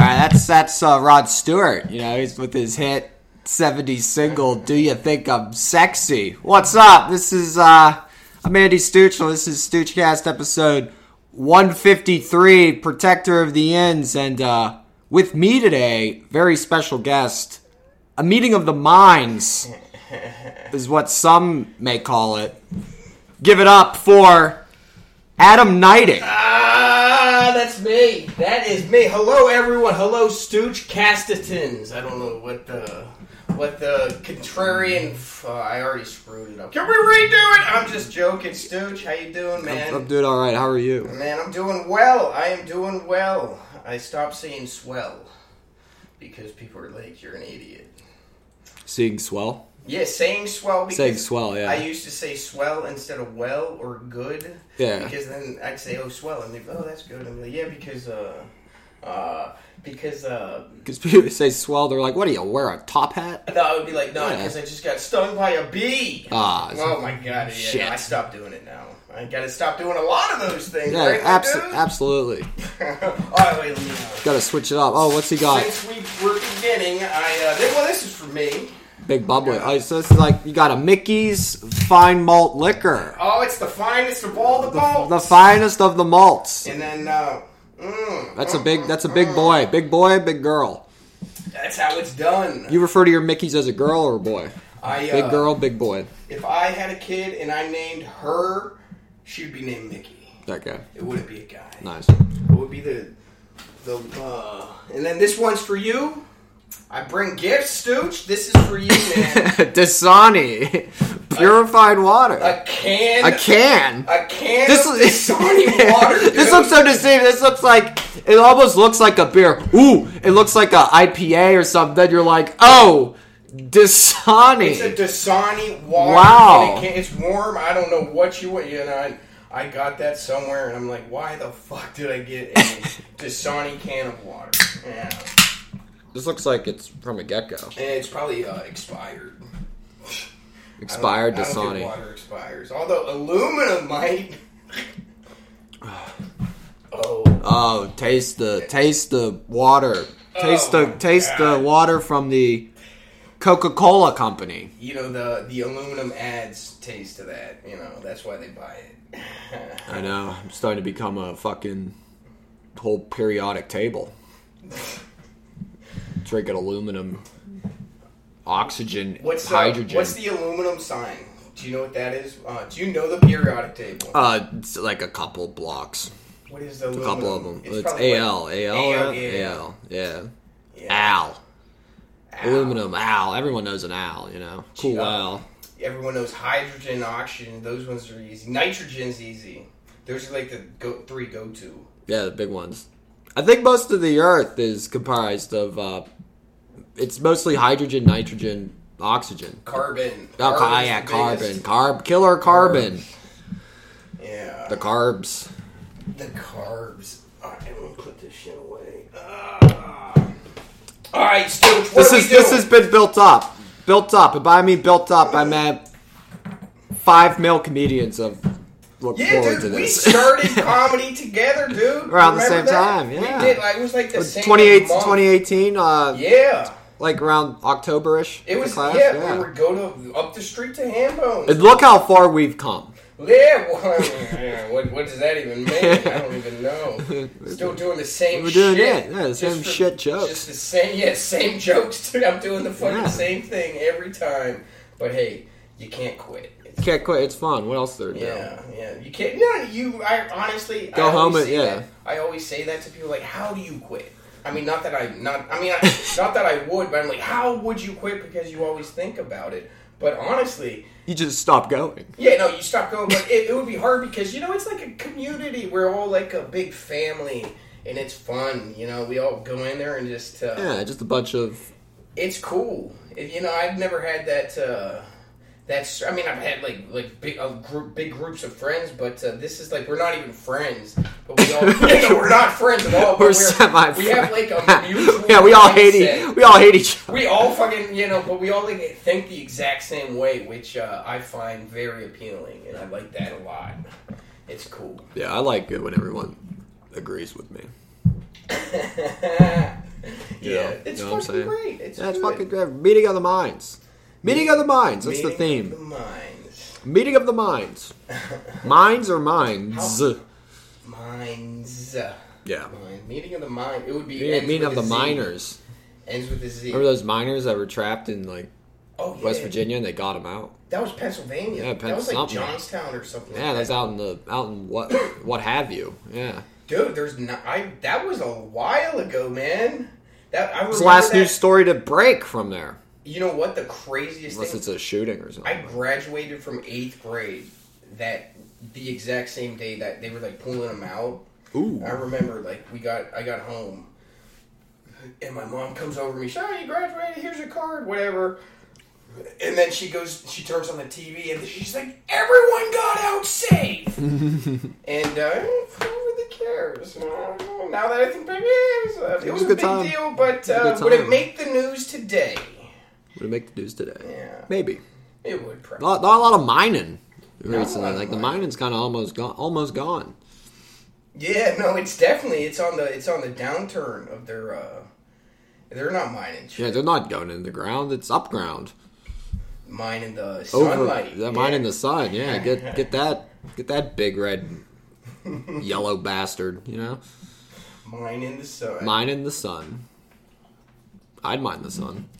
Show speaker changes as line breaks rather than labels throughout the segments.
that's uh, Rod Stewart. You know, he's with his hit 70 single, Do You Think I'm Sexy? What's up? This is, uh, I'm Andy Stuchel. This is Stuchcast episode 153, Protector of the Ends. And uh, with me today, very special guest, a meeting of the minds is what some may call it. Give it up for Adam Knighting.
Ah, that's me. That is me. Hello, everyone. Hello, Stooge Castatons. I don't know what the what the contrarian. f- Uh, I already screwed it up. Can we redo it? I'm just joking, Stooge. How you doing, man?
I'm, I'm doing all right. How are you?
man, I'm doing well. I am doing well. I stopped saying swell because people are like, "You're an idiot."
Seeing swell?
Yeah, saying swell because
Saying swell, yeah.
I used to say swell instead of well or good.
Yeah.
Because then I'd say, oh, swell. And they'd be, oh, that's good. I'm like, yeah, because, uh, uh, because, uh,
Because people say swell, they're like, what do you wear, a top hat?
no, I would be like, no,
Yeah.
because I just got stung by a bee.
Ah,
oh, my God. Yeah,
Shit.
I stopped doing it now. I gotta stop doing a lot of those things,
yeah,
right,
abs-
dude?
absolutely.
All right, wait, let me know.
Gotta switch it up. Oh, what's he got?
Since we were beginning, I, uh, th- well, this is for me.
Big bubbly. Oh, so this is like, you got a Mickey's Fine Malt Liquor.
Oh, it's the finest of all the balls.
The finest of the malts.
and then, uh, mm,
That's a big, that's a big boy. Big boy, big girl.
That's how it's done.
You refer to your Mickey's as a girl or a boy?
I, uh,
Big girl, big boy.
If I had a kid and I named her, she'd be named Mickey.
That guy.
It wouldn't be a guy.
Nice.
It would be the the. Uh, and then this one's for you. I bring gifts, Stooge. This is for you, man.
Dasani. Purified water.
a can.
A can.
A can.
This,
This of Dasani water. Dude.
this looks so deceiving. This looks like it almost looks like a beer. Ooh, it looks like a IPA or something. Then you're like, oh,
It's a
Dasani.
Dasani water.
Wow.
and it can- it's warm. I don't know what you want. You know, I, I got that somewhere, and I'm like, why the fuck did I get a Dasani can of water? Yeah.
This looks like it's from a get go.
And it's probably uh, expired.
Expired
I don't- I don't think
Dasani.
water expires. Although aluminum might. oh.
Oh, taste the taste the water. Taste
Oh
the
my
taste the
God.
water from the Coca Cola company.
You know the the aluminum adds taste to that. You know that's why they buy it.
I know. I'm starting to become a fucking whole periodic table. Drinking aluminum, oxygen,
What's the,
hydrogen.
What's the aluminum sign? Do you know what that is? Uh, do you know the periodic table?
uh, it's like a couple blocks,
what is the
a
aluminum?
couple of them. It's,
probably like-
AL, AL,
AL,
AL,
yeah.
yeah.
Yeah.
Al, Ah, aluminum, Al. Everyone knows an Al, you know. Cool
Yeah.
Al.
Everyone knows hydrogen, oxygen. Those ones are easy. Nitrogen's easy. Those are like the go, three go to.
Yeah, the big ones. I think most of the Earth is comprised of. Uh, it's mostly hydrogen, nitrogen, oxygen.
Carbon.
Oh, ca-
Carbon's
yeah,
the
carbon,
biggest.
carb, killer carbon,
Yeah.
the carbs.
The carbs. All right, I'm gonna put this shit away. Ah. all right, Stooge, what
This
are
is
we doing?
this has been built up, built up. And by me built up, I meant five male comedians of look
yeah,
forward
dude.
to
We
this.
started comedy together, dude.
Around the
Remember
same
that?
time, yeah.
We did. Like, it was like the same
28
month.
2018, uh,
Yeah,
like around Octoberish.
it was.
class,
yeah, we would go to up the street to Hambone.
And look how far we've come.
Yeah, well, yeah, what what does that even mean? I don't even know. Still doing the same.
We're doing
shit.
it. Yeah, the
Just
same shit jokes.
Just the same. Yeah, same jokes. Dude, I'm doing the fucking
Yeah.
same thing every time. But hey, you can't quit. It's-
Can't quit. It's fun. What else there? to do?
yeah, yeah. You can't. No, you. I honestly
Go
I always
home and-
say
yeah.
that- I always say that to people. Like, how do you quit? I mean, not that I not. I mean, I, not that I would, but I'm like, how would you quit? Because you always think about it. But honestly,
You just stop going.
yeah, no, you stop going, but it, it would be hard because you know it's like a community. We're all like a big family, and it's fun. You know, we all go in there and just uh,
Yeah, just a bunch of.
it's cool. If- you know, I've never had that. Uh, that's I mean, I've had like like big uh, group big groups of friends, but uh, this is like we're not even friends. But we all yeah, no, we're not friends at all. but
We're, semi.
We have like a mutual.
yeah, we all hate
mindset.
each. We all hate each other.
We all fucking, you know, but we all like, think the exact same way, which uh, I find very appealing, and I like that a lot. It's cool.
Yeah, I like it when everyone agrees with me.
yeah, yeah, it's
you know what I'm
fucking
saying?
great. It's
That's
good.
fucking great. Meeting of the minds. Meeting of the minds. That's the
Meeting of
theme.
The minds.
Meeting of the minds. Minds or minds?
Minds.
Yeah.
Mind. Meeting of the mind. It would be
Meeting,
ends
meeting
with
of the
a Z.
miners.
Ends with a Z.
Remember those miners that were trapped in like
oh, yeah.
West Virginia and they got them out?
That was Pennsylvania.
Yeah,
that was like
something.
Johnstown or something.
Yeah,
like
that's
that.
out in the out in what what have you? Yeah.
dude. There's not. I that was a while ago, man. That I remember
It's the last
that.
news story to break from there,
You know what? The craziest
unless
thing.
it's a shooting or
I
something.
graduated from eighth grade. That the exact same day that they were like pulling them out.
Ooh.
I remember like we got I got home and my mom comes over to me, Sorry, you graduated, here's your card, whatever. And then she goes she turns on the TV and she's like, Everyone got out safe And uh who really cares? Well, Now that I think back, yeah, it was a, it was a
good
big
time.
deal, but
a
uh,
good
would it
time.
make the news today?
Would it make the news today?
Yeah.
Maybe.
It would probably
Not, not a lot of mining recently.
of
Like the
mining.
mining's kind of almost gone. Almost gone.
Yeah, no, it's definitely it's on the it's on the downturn of their uh they're not mining shit.
Yeah, they're not going in the ground. It's up ground.
Mining the
Over.
sunlight.
They're
Yeah.
mining the sun. Yeah. Get get that get that big red yellow bastard. You know,
Mine in the sun.
mining the sun. I'd mine the sun.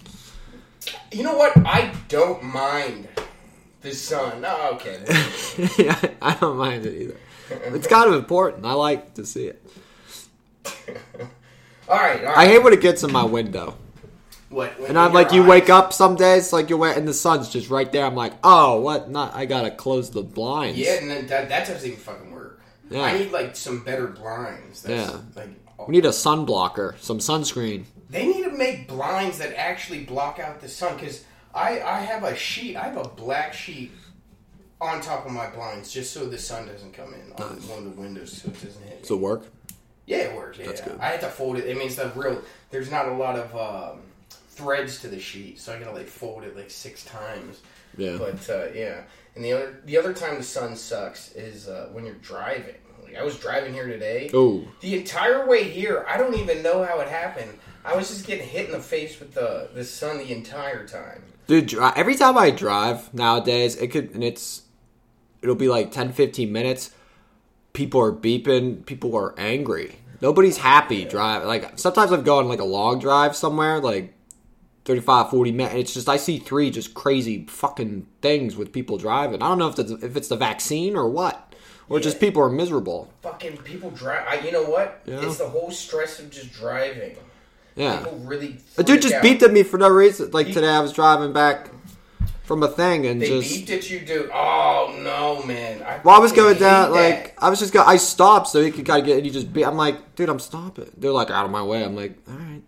You know what? I don't mind the sun. Oh, okay.
yeah, I don't mind it either. It's kind of important. I like to see it.
all right. All
I
right.
hate when it gets in my window.
what?
And I'm like, you wake up some days, like you're wet, and the sun's just right there. I'm like, oh, what? Not, I gotta close the blinds.
Yeah, and then that, that doesn't even fucking work.
Yeah.
I need like some better blinds. That's,
Yeah.
Like
We need a sun blocker, some sunscreen.
they need to make blinds that actually block out the sun because I I have a sheet. I have a black sheet on top of my blinds just so the sun doesn't come in on one of the windows so it doesn't hit. me.
So work.
Yeah, it works. Yeah,
That's good.
I had to fold it. I mean, it's not real. There's not a lot of um, threads to the sheet, so I gotta like fold it like six times.
Yeah.
But uh, yeah, and the other the other time the sun sucks is uh, when you're driving. Like I was driving here today.
Ooh.
The entire way here, I don't even know how it happened. I was just getting hit in the face with the the sun the entire time.
Dude, dri- every time I drive nowadays, it could, and it's, it'll be like 10, 15 minutes. People are beeping. People are angry. Nobody's happy drive. Like, sometimes I've gone like a long drive somewhere, like 35, 40 minutes. And it's just, I see three just crazy fucking things with people driving. I don't know if that's, if it's the vaccine or what, or just people are miserable.
Fucking people drive. I, you know what?
Yeah.
It's the whole stress of just driving.
Yeah.
People really.
A dude
freak
just
out.
beeped at me for no reason. Like, today I was driving back from a thing and
They
just.
beeped at you, dude. Oh no, man. I
Well, I was going
fucking
down,
hate
like, I was just going, I stopped so he could kind of get, and he just be, I'm like, dude, I'm stopping. They're like, out of my way. I'm like, all right.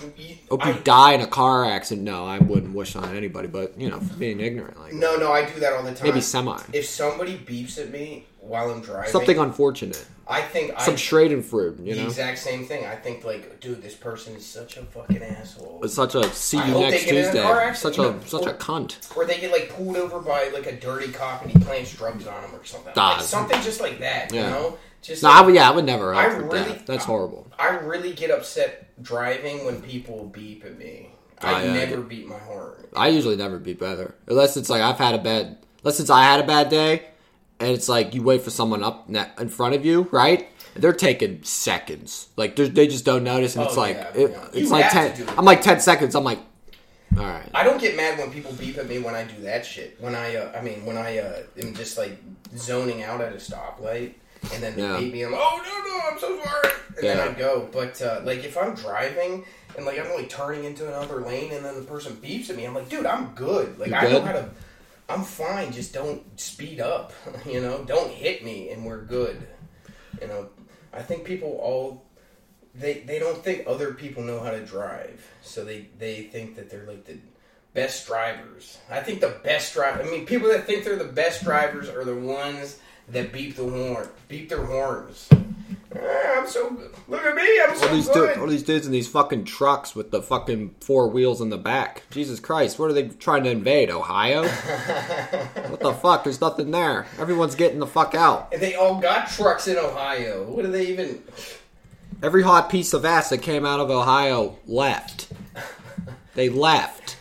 that. You-
Hope you
I-
die in a car accident. No, I wouldn't wish on anybody, but, you know, being ignorant, like,
no, no, I do that all the time.
maybe semi.
If somebody beeps at me while I'm driving,
Something unfortunate.
I think I
Some Schradenfruit, you
the
know?
exact same thing. I think like, dude, this person is such a fucking asshole.
It's such a see
I
you
hope they
next
get in a car
Tuesday.
accident,
Such
you
a
know?
such a cunt.
or they get like pulled over by like a dirty cop and he plants drugs on them or something.
Ah.
Like, something just like that, you
Yeah.
know? Just
No, I would, yeah, I would never
I
help with
really-
that. That's horrible.
I really get upset driving when people beep at me.
Ah,
I
yeah, I
never beat my horn.
I usually never be better unless it's like I've had a bad unless it's I had a bad day, and it's like you wait for someone up ne- in front of you, right? They're taking seconds. Like they're- they just don't notice, and
Oh,
it's like
yeah,
it-
yeah.
it's
You
like
have
ten.
to do it.
I'm like ten seconds. I'm like, all right.
I don't get mad when people beep at me when I do that shit. When I, uh, I mean, when I uh, am just like zoning out at a stoplight, and then they
Yeah.
beep me. I'm like, oh no, no, I'm so sorry, and
Yeah.
then I go. But uh, like if I'm driving and like I'm like turning into another lane, and then the person beeps at me, I'm like, dude, I'm good. Like
You
I
good?
know how to. I'm fine. Just don't speed up. You know, don't hit me, and we're good. You know, I think people all they they don't think other people know how to drive, so they they think that they're like the best drivers. I think the best drive. I mean, people that think they're the best drivers are the ones that beep the horn, beep their horns. "Ah, I'm so good. Look at me. I'm
All these,
so
dude, all
good.
these dudes in these fucking trucks with the fucking four wheels in the back. Jesus Christ, what are they trying to invade? Ohio? what the fuck? There's nothing there. Everyone's getting the fuck out.
And they all got trucks in Ohio. What do they even?
Every hot piece of ass that came out of Ohio left. They left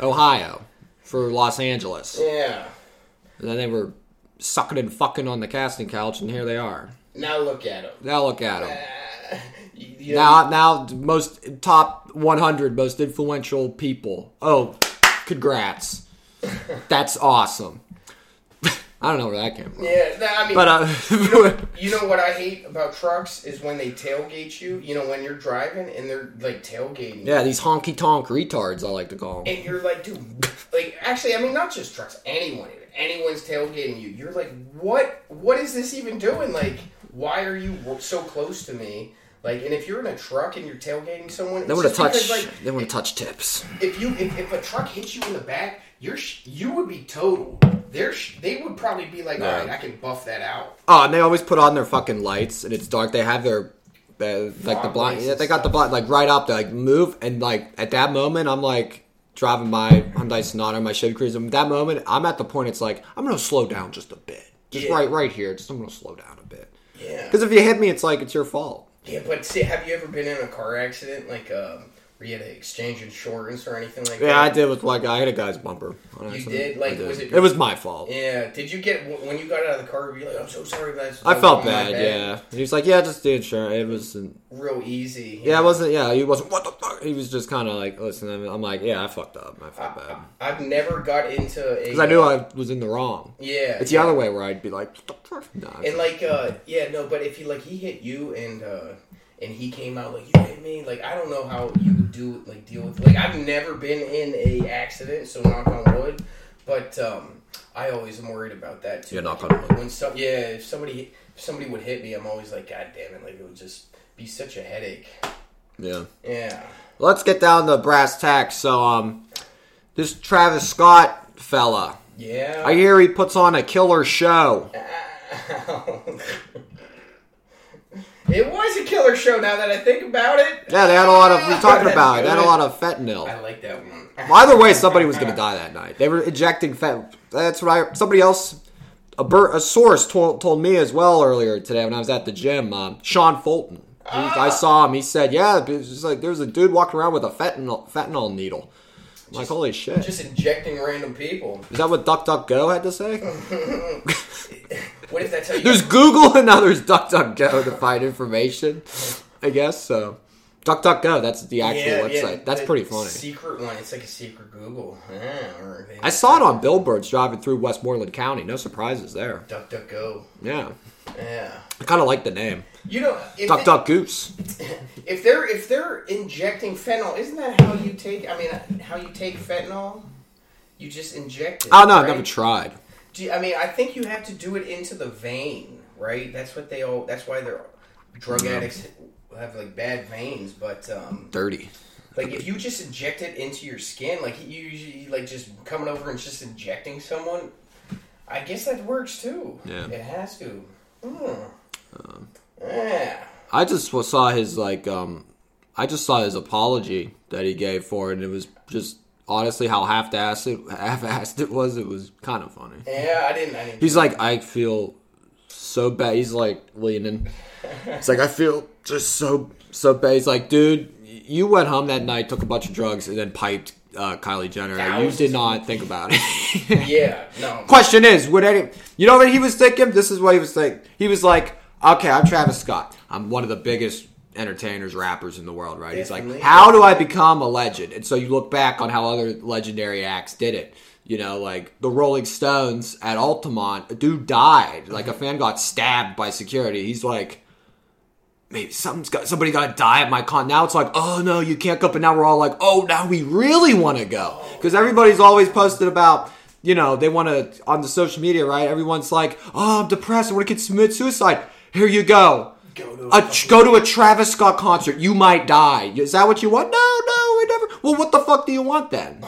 Ohio for Los Angeles.
Yeah.
And then they were sucking and fucking on the casting couch, and here they are.
Now look at him.
Now look at them.
Uh, you- you-
Now, now, most top 100 most influential people. Oh, congrats. That's awesome. I don't know where that came from.
Yeah, no, I mean,
But, uh,
you know what I hate about trucks is when they tailgate you. You know, when you're driving and they're like tailgating.
yeah, these honky tonk retards, I like to call them.
And you're like, dude, like actually, I mean, not just trucks. Anyone, anyone's tailgating you. You're like, what? What is this even doing? Like, why are you w- so close to me? Like, and if you're in a truck and you're tailgating someone, it's
They want to
just
touch.
because, like,
They want to touch tips.
if you if, if a truck hits you in the back, you're sh- you would be total. They're sh- they would probably be like, all right, I can buff that out.
Oh, and they always put on their fucking lights, and it's dark. They have their uh, like the
Fog
blind.
lights
Yeah,
and
they got the blind like right up. They like move, and like at that moment, I'm like driving my Hyundai Sonata, my Chevy Cruze. And at that moment, I'm at the point. It's like I'm gonna slow down just a bit, just
Yeah.
right, right here. Just I'm gonna slow down a bit.
Yeah.
Because if you hit me, it's like it's your fault.
Yeah, but see, have you ever been in a car accident like um, where you had to exchange insurance or anything like
Yeah, I
that?
did with like I hit a guy's bumper. on
You
accident.
did? Like,
I
was it
It was my fault.
Yeah. Did you get wh- when you got out of the car? Were you like, I'm so sorry, guys.
I
that
felt
was Oh, my
bad, yeah. And he's like, yeah, just the insurance. It was
Real easy.
Yeah, it wasn't. Yeah, he wasn't. What the fuck? He was just kind of like, listen. I'm, I'm like, yeah, I fucked up. I felt bad
I've never got into a.
because I knew I was in the wrong.
Yeah.
It's
yeah.
the other way where I'd be like, what the fuck? Nah, I
And like, uh, yeah, no, but if he like he hit you and uh and he came out like you hit me, like I don't know how you do like deal with like I've never been in a accident, so knock on wood. But um, I always am worried about that too.
Yeah, knock
Like,
on wood.
When some yeah, if somebody if somebody would hit me, I'm always like, God damn it, like it would just be such a headache.
Yeah.
Yeah.
Let's get down to brass tacks. So, um, this Travis Scott fella,
Yeah.
I hear he puts on a killer show.
it was a killer show. Now that I think about it.
Yeah, they had a lot of. We're talking
That's
about. it, They had a
good.
lot of fentanyl.
I like that one.
Well, either way, somebody was going to die that night. They were injecting fat. That's right. Somebody else, a, bur- a source told, told me as well earlier today when I was at the gym. Um, Sean Fulton. He- I saw him. He said, "Yeah, it was just like there's a dude walking around with a fentanyl fentanyl needle." I'm like, holy shit!
Just injecting random people.
Is that what DuckDuckGo had to say?
What if that's how you?
There's Google and now there's DuckDuckGo to find information. I guess so. DuckDuckGo. That's the actual website. that's
the
pretty funny.
Secret one. It's like a secret Google. Yeah, or they-
I saw it on billboards driving through Westmoreland County. No surprises there.
DuckDuckGo.
Yeah.
Yeah.
I kind of like the name.
You know, if,
Duck Duck Goose.
they, if they're if they're injecting fentanyl, isn't that how you take? I mean, how you take fentanyl? You just inject it.
Oh no, I've
right?
never tried.
Do you- I mean, I think you have to do it into the vein, right? That's what they all. That's why they're drug addicts have like bad veins, but um,
Dirty.
Like if you just inject it into your skin, like you usually like just coming over and just injecting someone, I guess that works too.
Yeah. Um.
it has to. Mm. yeah,
I just wa- saw his like um I just saw his apology that he gave for it and it was just honestly how half assed it half assed it was, it was kind of funny.
yeah. I didn't. I didn't.
He's like, I feel so bad. He's like leaning. It's like I feel just so so bad. He's like, dude, you went home that night, took a bunch of drugs, and then piped uh, Kylie Jenner. You
Thousands.
did not think about it.
yeah, no.
Question is, would any you know what he was thinking? This is what he was thinking. He was like, okay, I'm Travis Scott. I'm one of the biggest entertainers, rappers in the world, right? He's like,
Definitely.
how do I become a legend? And so you look back on how other legendary acts did it. You know, like the Rolling Stones at Altamont, a dude died. Like a fan got stabbed by security. He's like, maybe something's got somebody got to die at my con. Now it's like, oh no, you can't go. But now we're all like, oh, now we really want to go because everybody's always posted about. You know, they want to on the social media, right? Everyone's like, "Oh, I'm depressed. I want to commit suicide." Here you go.
Go to
a, go to a Travis Scott concert. You might die. Is that what you want? No, no, we never. Well, what the fuck do you want then?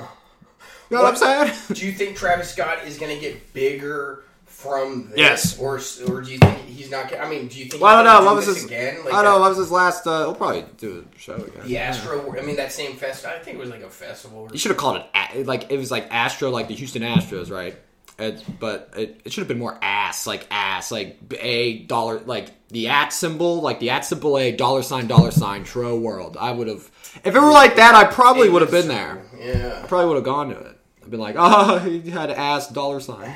You know what, I'm saying?
do you think Travis Scott is going to get bigger from this?
Yes.
or s- or do you think he's not? Gonna, I mean, do you think?
well, I
he's
don't
gonna
know. What was
do this
his? I
again?
don't know.
that-
What was his last? Uh, we'll probably do a show again.
The Astro. I mean, that same fest. I think it was like a festival. Or
You should have called it a- like it was like Astro, like the Houston Astros, right? It, but it, it should have been more ass, like ass, like a dollar, like the at symbol, like the at symbol, a dollar sign, dollar sign, tro world. I would have, if it were like that, I probably would have been there. I
Yeah.
probably would have gone to it. I've been like, oh, he had ass, dollar sign.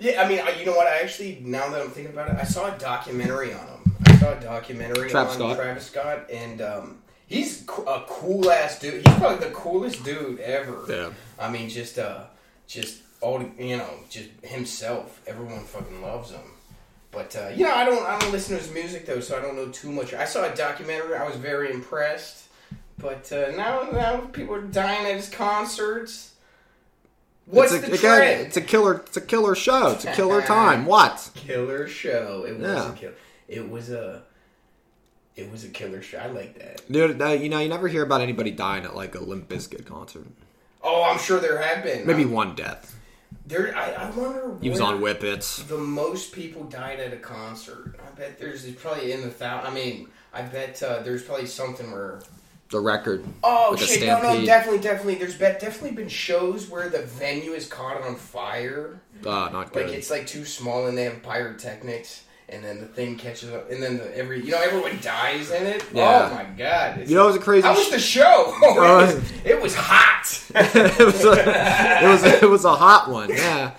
Yeah, I mean, I, you know what? I actually, now that I'm thinking about it, I saw a documentary on him. I saw a documentary
Travis
on
Scott.
Travis Scott, and um, he's co- a cool ass dude. He's probably the coolest dude ever.
Yeah.
I mean, just uh, just all you know, just himself. Everyone fucking loves him. But uh, you know, I don't I don't listen to his music though, so I don't know too much. I saw a documentary. I was very impressed. But uh, now now people are dying at his concerts. What's
it's a,
the
again,
trend?
It's a killer. It's a killer show. It's a killer time. What?
killer show. It was
Yeah.
a kill. It was a. It was a killer show. I like that.
Dude, uh, you know, you never hear about anybody dying at like a Limp Bizkit concert.
Oh, I'm sure there have been.
Maybe
Um,
one death.
there. I, I wonder.
He was
where
on Whippets.
The most people died at a concert. I bet there's it's probably in the thou. I mean, I bet uh, there's probably something where.
The record.
Oh
Like a
shit! No, no,
stampede.
definitely, definitely. There's bet definitely been shows where the venue is caught on fire.
Uh, not
Like
good.
it's like too small and they have pyrotechnics. And then the thing catches up, and then the, every you know everyone dies in it.
Yeah.
Oh my god! It's
you know, it was a crazy.
How was the show? it, was, it was hot.
it was a, it was it was a hot one, yeah.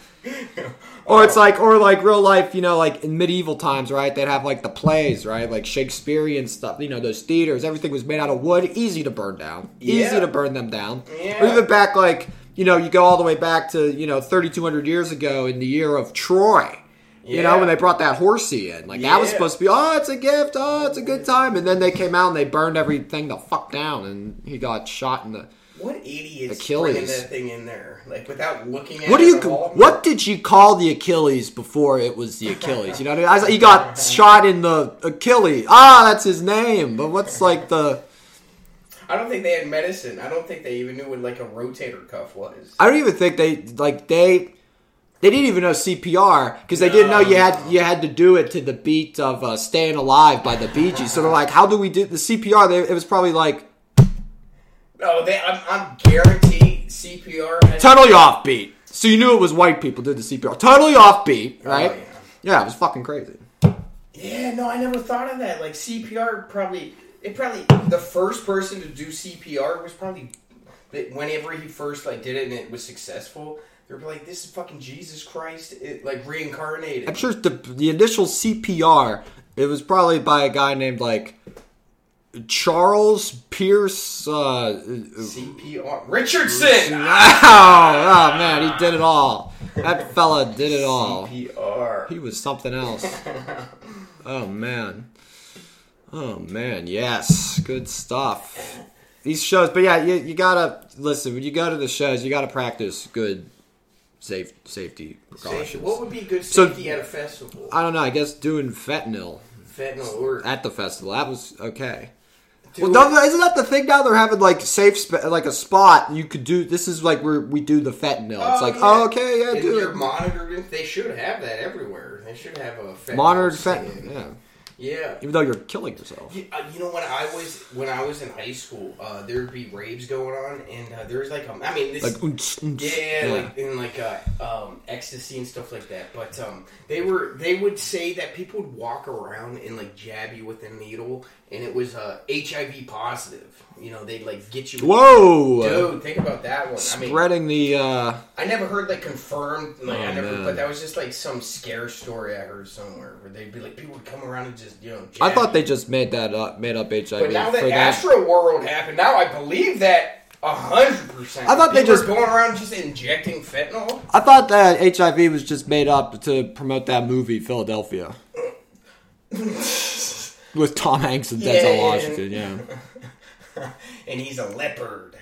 Or it's like, or like real life, you know, like in medieval times, right? They'd have like the plays, right? Like Shakespearean stuff, you know, those theaters. Everything was made out of wood, easy to burn down, easy
Yeah.
to burn them down.
Yeah.
Or even back, like you know, you go all the way back to you know 3,200 years ago in the year of Troy. You know,
Yeah.
when they brought that horsey in, like that was
Yeah.
supposed to be, oh, it's a gift, oh, it's a good time, and then they came out and they burned everything the fuck down, and he got shot in the.
What idiots
Achilles.
bringing that thing in there? Like without looking at
What do
it
you?
at all?
What did you call the Achilles before it was the Achilles? You know what I mean? I was like, he got shot in the Achilles. Ah, that's his name. But what's like the?
I don't think they had medicine. I don't think they even knew what like a rotator cuff was.
I don't even think they like they. They didn't even know CPR because they didn't know you had you had to do it to the beat of uh, "Staying Alive" by the Bee Gees. So they're like, "How do we do the CPR?" They, it was probably like
No, they. I'm, I'm guaranteed CPR. Has,
totally offbeat. So you knew it was white people did the CPR. Totally offbeat, right?
yeah.
yeah, it was fucking crazy.
yeah, no, I never thought of that. Like CPR probably. It probably the first person to do CPR was probably that whenever he first like did it and it was successful. They were like, "This is fucking Jesus Christ!" It like reincarnated.
I'm sure the the initial CPR it was probably by a guy named like Charles Pierce. Uh,
CPR. Richardson.
wow, oh man, he did it all. That fella did it all.
CPR.
He was something else. Oh man. Oh man, yes, good stuff. These shows, but yeah, you, you gotta listen when you go to the shows. You gotta practice good safe safety
Safety.
precautions.
What would be a good
So-
safety at a festival?
I don't know. I guess doing fentanyl
Fentanyl or
at the festival that was okay.
do
Well,
it-
don't- isn't that the thing now? They're having like safe, sp- like a spot you could do. This is like where we do the fentanyl. it's like,
yeah.
oh, okay, yeah,
If
do
you're
it.
monitored, if- they should have that everywhere. They should have a fentanyl
Monitored
stand.
fentanyl, yeah.
Yeah.
Even though you're killing yourself.
You, uh, you know when I was when I was in high school, uh, there'd be raves going on, and uh, there was like a, I mean this
Like, oonts, oonts.
Yeah, like in like uh, um, ecstasy and stuff like that. But um, they were they would say that people would walk around and like jab you with a needle, and it was uh, HIV positive. You know, they'd like get you. with-
Whoa!
Dude, think about that one. I mean,
Spreading the. uh
I never heard like confirmed, like I
Oh,
never,
man.
but that was just like some scare story I heard somewhere where they'd be like people would come around and just you know. Jab
I thought
you.
they just made that up, made up HIV
But now that
for that.
Astro World happened, now I believe that hundred percent.
I thought they just-
going around just injecting fentanyl.
I thought that HIV was just made up to promote that movie Philadelphia with Tom Hanks and
Yeah,
Denzel
yeah, yeah.
Washington. Yeah.
and he's a leopard.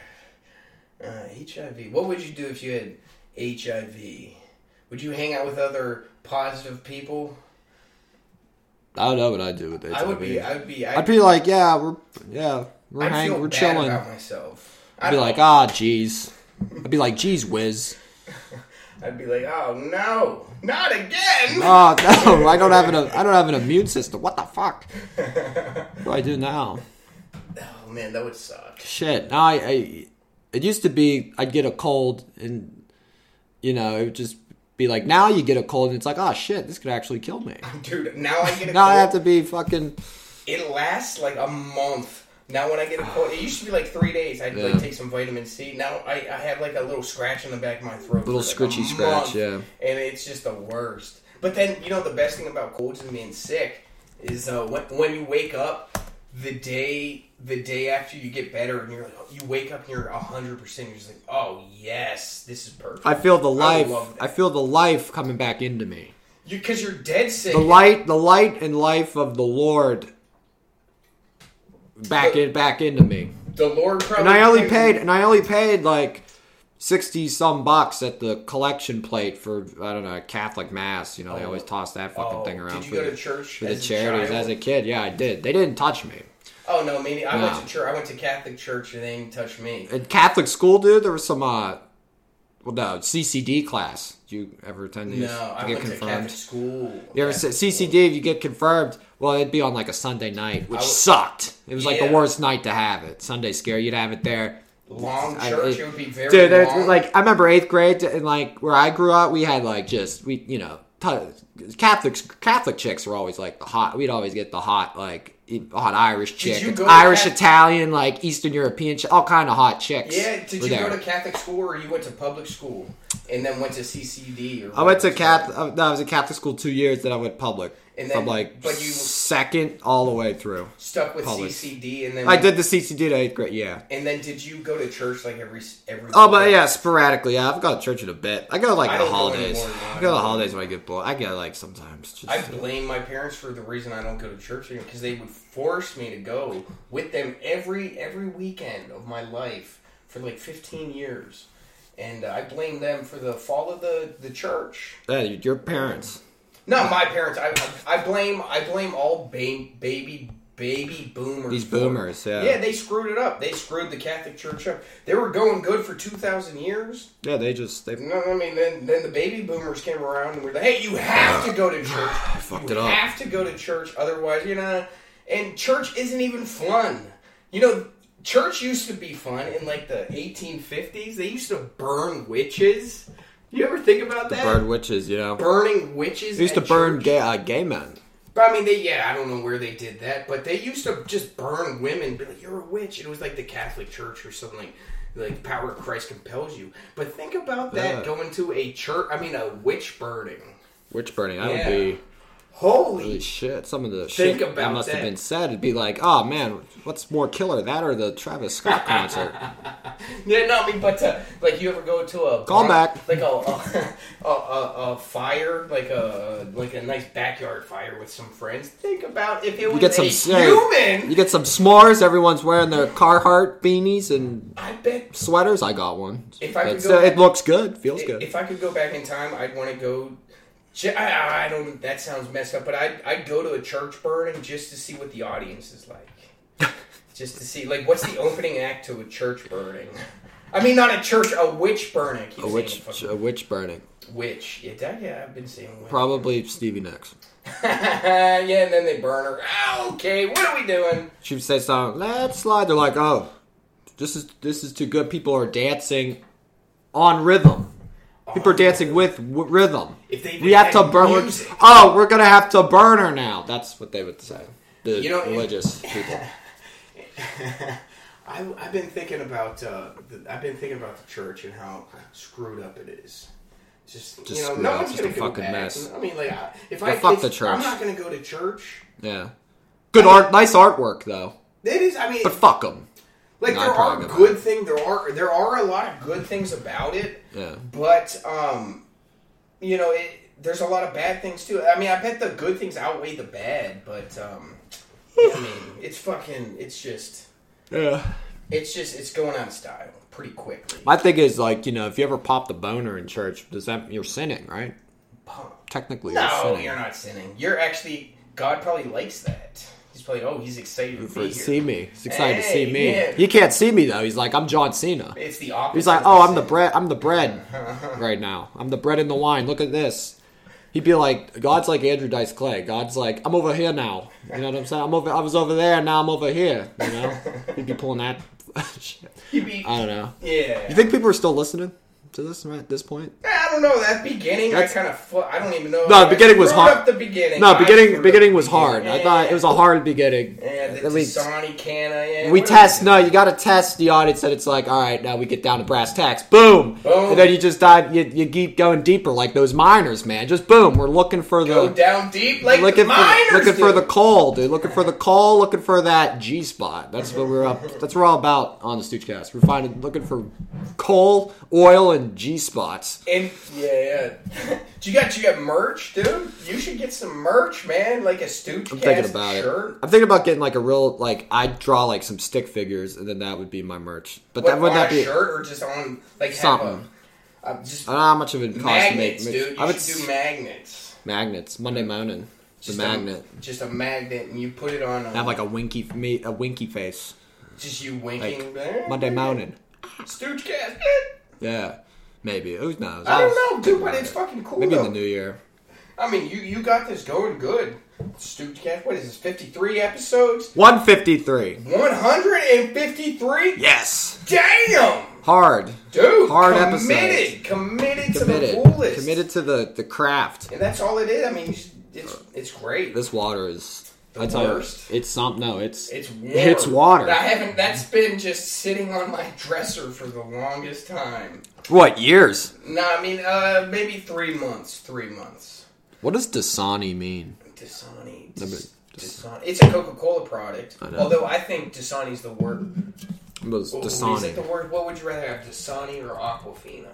Uh, HIV. What would you do if you had HIV? Would you hang out with other positive people?
I don't know what I'd do with HIV.
I would be. I would be. I'd,
I'd be like, yeah, we're yeah, we're
I'd
hang,
feel
we're
bad
chilling.
about
I'd
myself. I'd
be like, ah, jeez. I'd be like, jeez, whiz.
I'd be like, oh no, not again.
Oh no, I don't have an I don't have an immune system. What the fuck? What do I do now?
Oh man, that would suck.
Shit. Now I, I it used to be I'd get a cold and you know it would just be like, now you get a cold, and it's like, oh shit, this could actually kill me.
Dude, now I get a
Now I
cold.
have to be fucking.
It lasts like a month. Now when I get a cold, it used to be like three days. I'd
Yeah.
like take some vitamin C. Now I, I have like a little scratch in the back of my throat.
Little
for, like, a
scritchy scratch,
month,
yeah.
And it's just the worst. But then you know the best thing about colds and being sick is uh, when when you wake up the day the day after you get better and you're like, you wake up and you're hundred percent. You're just like, oh yes, this is perfect.
I feel the
I would
life.
love
I,
that.
feel the life coming back into me.
Because you're dead sick.
The light, the light and life of the Lord. Back in, back into me.
the Lord probably.
and I only
thinks-
paid and I only paid like sixty some bucks at the collection plate for I don't know Catholic mass. You know they
Oh.
always toss that fucking
Oh,
thing around
did you
for
go
the,
to church
for the
as a
charities
child?
as a kid. Yeah, I did. They didn't touch me.
Oh no, me. I
No.
went to church. I went to Catholic church and they didn't touch me.
In Catholic school, dude, there was some. uh well, no, CCD class. Did you ever attend these?
No,
to
I
get
went to
confirmed?
Catholic school.
You ever said
Catholic
CCD? If you get confirmed, well, it'd be on like a Sunday night, which
I w-
sucked. It was like the
Yeah.
worst night to have it. Sunday scare. You'd have it there.
school. long
I-
church. it would be very
Dude, it
long.
was like I remember eighth grade and like where I grew up, we had like just we you know t- Catholics Catholic chicks were always like the hot. We'd always get the hot like e- hot Irish chick,
you
It's
go to
Irish
Catholic-
Italian, like Eastern European, chi- all kind of hot chicks.
yeah. Did
were
you
there.
go to Catholic school or you went to public school and then went to CCD? Or
I went to
whatever it's
Catholic. No, I was at Catholic school two years. Then I went public
And
from
then-
like
but you-
second all the way through.
called. Stuck with
Public.
CCD and then
I did the CCD to eighth grade. Yeah.
And then did you go to church like every every?
Oh, but yeah, sporadically. Yeah, I've gone to church in a bit. I go like
I
on the
don't go
holidays.
anymore, no,
I
I
go to the
don't.
holidays when I get bored. I get like sometimes. Just,
I blame my parents for the reason I don't go to church anymore because they would force me to go with them every every weekend of my life for like 15 years, and I blame them for the fall of the the church.
Yeah, your parents.
Not my parents. I I blame I blame all ba- baby baby boomers.
These
for it.
boomers, yeah.
Yeah, they screwed it up. They screwed the Catholic Church up. They were going good for 2,000 years.
Yeah, they just they
No, I mean then then the baby boomers came around and were like, "Hey, you have to go to church.
Fucked
you
it up.
have to go to church, otherwise you're not." And church isn't even fun. You know, church used to be fun in like the 1850s. They used to burn witches. You ever think about that?
burn witches, you know.
Burning witches.
They used to
at
burn
church?
gay uh, gay men.
But I mean, they yeah, I don't know where they did that, but they used to just burn women. Be like, you're a witch. It was like the Catholic Church or something. Like, like power of Christ compels you. But think about that
Yeah.
going to a church. I mean, a witch burning.
Witch burning. That
Yeah.
would be holy
Holy.
shit. Some of the shit
Think
that
about
must have
that.
been said. It'd be like, oh man, what's more killer, that or the Travis Scott concert?
Yeah, no, I mean, but uh, like you ever go to a
Call back.
like a a, a, a a fire, like a like a nice backyard fire with some friends. Think about if it was
You get some
a
say-
human.
You get some s'mores. Everyone's wearing their Carhartt beanies and
I bet
sweaters. I got one.
If I could
It's-
go
uh, it
back-
looks good. Feels good.
If I could go back in time, I'd want to go. ju- I, I don't. That sounds messed up, but I'd, I'd go to a church burning just to see what the audience is like. just to see, like, what's the opening act to a church burning? I mean, not a church, a witch burning. I keep
a
saying
witch,
fucking
a witch burning.
witch. Yeah, that, yeah, I've been saying witch.
Probably Stevie Nicks.
yeah, and then they burn her. Ah, okay, what are we doing?
She would say something. Let's slide. They're like, oh, this is this is too good. People are dancing on rhythm. People are dancing with w- rhythm.
If they
We have to
had
burn.
music.
Oh, we're gonna have to burn her now. That's what they would say. The
You know, it-
religious people.
I, I've been thinking about uh, the, I've been thinking about the church and how screwed up it is. Just,
Just
you know,
screwed
no
up,
one's
just
gonna
a
go
fucking
back.
mess.
I mean, like, I, if
Yeah,
I
fuck
if-
the church.
I'm not gonna go to church.
Yeah. Good art. Nice artwork though.
It is. I mean,
But fuck them.
like
no,
there
I'm probably
are
gonna-
good things. There are there are a lot of good things about it.
Yeah.
But um, you know, it, there's a lot of bad things too. I mean, I bet the good things outweigh the bad. But um, I mean, it's fucking. It's just.
Yeah.
It's just. It's going out of style pretty quickly.
My thing is like you know if you ever pop the boner in church, does that you're sinning, right?
Punk.
Technically, you're
No,
sinning.
you're not sinning. You're actually God probably likes that. He's probably oh he's excited to
For
be
see
here.
me. He's excited to see
Hey,
me.
yeah.
He can't see me though. He's like I'm John Cena.
It's the opposite.
He's like,
of
"Oh, I'm the
sin.
bread. I'm the bread right now. I'm the bread and the wine. Look at this." He'd be like, "God's like Andrew Dice Clay. God's like, I'm over here now. You know what I'm saying? I'm over. I was over there. Now I'm over here. You know? He'd be pulling that. shit.
He'd be-
I don't know.
yeah.
You think people are still listening to this right at this point?
Yeah, don't know. That beginning,
That's-
I kind of, fu- I don't even know.
No, the beginning
I
was
screwed
hard.
Up the beginning.
No,
I screwed
beginning
up
beginning
the
was hard. I
beginning.
thought it was a hard beginning.
Yeah, the
At least-
Dasani Canna. Yeah,
we
whatever.
test no, you got to test the audience that it's like, all right, now we get down to brass tacks. Boom,
Boom.
and then you just dive, you, you keep going deeper like those miners, man. Just boom, we're looking for the
Go down deep like
looking
the miners
for looking
do.
for the call, dude. Looking for the call, looking for that G spot. That's what we're up. That's what we're all about on the Stoochcast. We're finding looking for coal, oil, and G spots.
And yeah, yeah. Do you got you got merch, dude? You should get some merch, man. Like a Stooge
I'm thinking about
shirt.
it. I'm thinking about getting like a real like I draw like some stick figures, and then that would be my merch. But that
What,
would
on
not
a
be.
shirt or just on like
Something.
Have a, uh, just
I don't know how much of it costs
magnets,
to make.
dude. You
I would
should
s-
do magnets.
magnets Monday morning. The
Just
magnet.
A, just a magnet, and you put it on. A,
I have like a winky f- me a winky face.
just you winking. there.
Monday morning.
Stoochcast.
Yeah, maybe. Who knows?
I don't know, dude, but it's fucking cool.
Oh, uh, Maybe in
though.
the new year.
I mean, you you got this going good. Stoochcast. What is this? Fifty three episodes.
153.
One hundred and fifty three.
Yes.
Damn.
Hard.
Dude,
Hard
committed, committed,
Committed.
to the fullest,
Committed to the, the craft.
and that's all it is. I mean, it's it's, it's great.
This water is.
The
I tell
worst.
you, it's something. No, it's
It's warm.
It's water.
I haven't. That's been just sitting on my dresser for the longest time.
what years?
No, I mean, uh, maybe three months. Three months.
What does Dasani mean?
Dasani.
Number-
Dis- Dasani. It's a Coca Cola product.
I know.
Although I think Dasani's the word.
What is
what- what Is it Oh, the
Dasani?
word? What would you rather have, Dasani or Aquafina?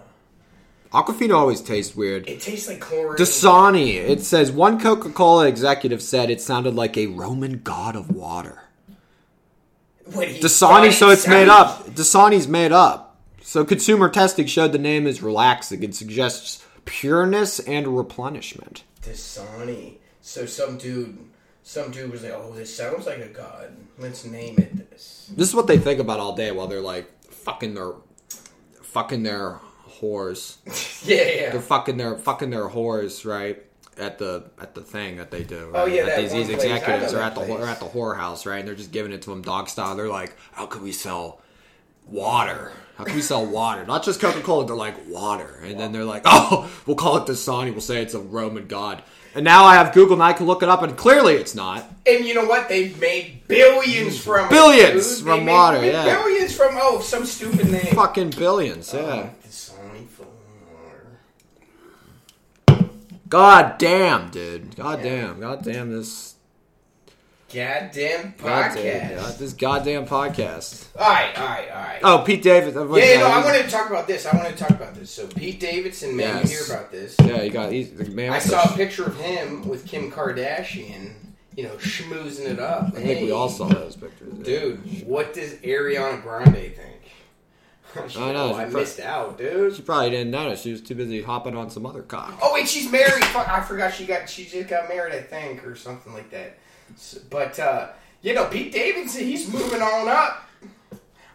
Aquafina always tastes weird.
It tastes like chlorine.
Dasani. It says one Coca-Cola executive said it sounded like a Roman god of water.
What, he thought
Dasani,
it
so it's made
sounded-
up. Dasani's made up. So consumer testing showed the name is relaxing. It suggests pureness and replenishment.
Dasani. So some dude, some dude was like, "Oh, this sounds like a god. Let's name it this."
This is what they think about all day while they're like fucking their fucking their whores.
Yeah, yeah.
They're fucking their fucking their whores, right? At the at the thing that they do. Right?
Oh, yeah,
At
that
these,
one
these
place. I know
executives are
that
at the
place.
are at the whorehouse, right? And they're just giving it to them dog style. They're like, how can we sell water? How can we sell water? Not just Coca Cola. They're like water, and then they're like, oh, we'll call it Dasani. We'll say it's a Roman god. And now I have Google, and I can look it up, and clearly it's not.
and you know what? They've made billions from
Billions
it, dude.
from
They made
water, yeah.
Billions from oh, some stupid name.
Fucking billions,
Uh-huh.
yeah.
Dasani for
God damn, dude. God damn. God damn this.
goddamn
God
podcast.
damn, God- this goddamn podcast.
All right, all right, all right.
Oh, Pete Davis.
yeah, no, I wanted to talk about this. I wanted to talk about this. So Pete Davidson, man, you
Yes.
hear about this?
Yeah, you got. He's, man,
I
what the
saw a
sh-
picture of him with Kim Kardashian. You know, schmoozing it up.
I think we all saw those pictures. yeah.
Dude, what does Ariana Grande think?
I know,
Oh, I
she's pro-
missed out, dude.
she probably didn't notice. She was too busy hopping on some other cock.
Oh, and she's married. Fuck, I forgot she got she just got married, I think, or something like that. S- But uh, you know, Pete Davidson, he's moving on up.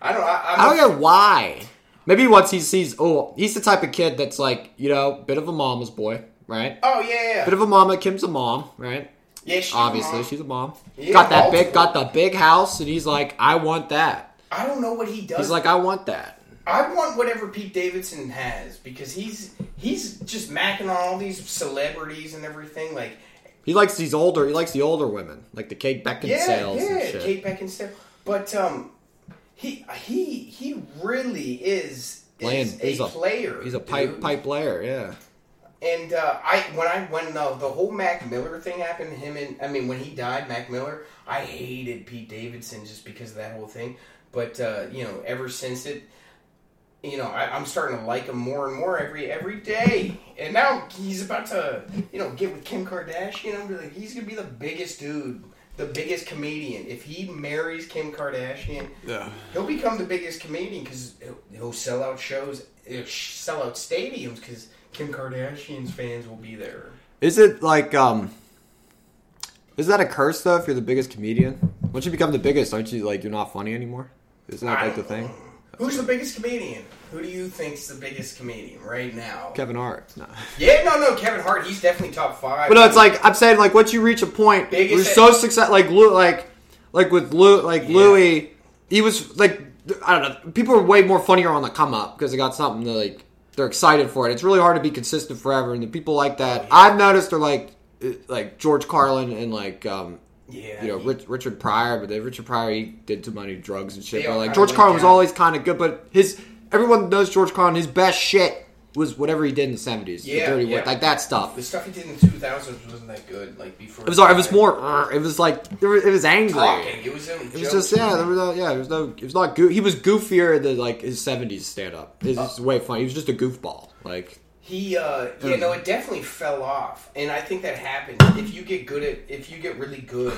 I don't. I, I'm
I don't know why. Maybe once he sees, oh, he's the type of kid that's like, you know, bit of a mama's boy, right?
Oh yeah,
Bit
yeah.
of a mama. Kim's a mom, right?
yeah she,
Obviously,
uh,
she's a mom.
Yeah,
got that big,
multiple.
got the big house, and he's like, I want that.
I don't know what he does.
He's like, I want that.
I want whatever Pete Davidson has because he's he's just macking on all these celebrities and everything. Like
He likes these older. He likes the older women, like the Kate Beckinsales
yeah, yeah,
and shit.
Kate Beckinsale. But um, he he he really is,
Playing-
is a, player.
He's a pipe
dude.
pipe layer. Yeah.
And uh, I when I when the, the whole Mac Miller thing happened, him and I mean when he died, Mac Miller, I hated Pete Davidson just because of that whole thing. But uh, you know, ever since it, you know, I, I'm starting to like him more and more every every day. And now he's about to you know get with Kim Kardashian. I'm like, he's gonna be the biggest dude, the biggest comedian. If he marries Kim Kardashian,
Yeah.
He'll become the biggest comedian because he'll, he'll sell out shows, he'll sh- sell out stadiums because Kim Kardashian's fans will be there.
Is it like um? Is that a curse though? If you're the biggest comedian, once you become the biggest, aren't you like you're not funny anymore? Isn't that
I
like the
don't
thing?
know. Who's the biggest comedian? Who do you think's the biggest comedian right now?
Kevin Hart. No.
yeah, no, no, Kevin Hart. He's definitely top five.
But no, it's like I'm saying, like once you reach a point, where you're
Biggest-
so success, like Lou, like like with Lou, like Louis, he was like I don't know. People are way more funnier on the come up because they got something to like they're excited for it. It's really hard to be consistent forever, and the people like that I've noticed are like uh, like George Carlin and like um,
Yeah.
you know Rich, Richard Pryor, but then Richard Pryor he did too many drugs and shit.
They
But
all
like
kinda
George
went
Carlin was
down.
always kind of good, but his everyone knows George Carlin. His best shit was whatever he did in the seventies,
Yeah,
dirty
yeah.
work, like that stuff.
the stuff he did in the 2000s wasn't that good. Like before.
It was all- it was more. uh, It was like it was, it was angry.
talking. It was him.
It was just yeah, there was no yeah, there was no. It was not goof. He was goofier than like his seventies stand up. It's
Oh.
just way funny. He was just a goofball. Like
He, uh,
Mm-hmm.
you know, it definitely fell off, and I think that happens. If you get good at, if you get really good,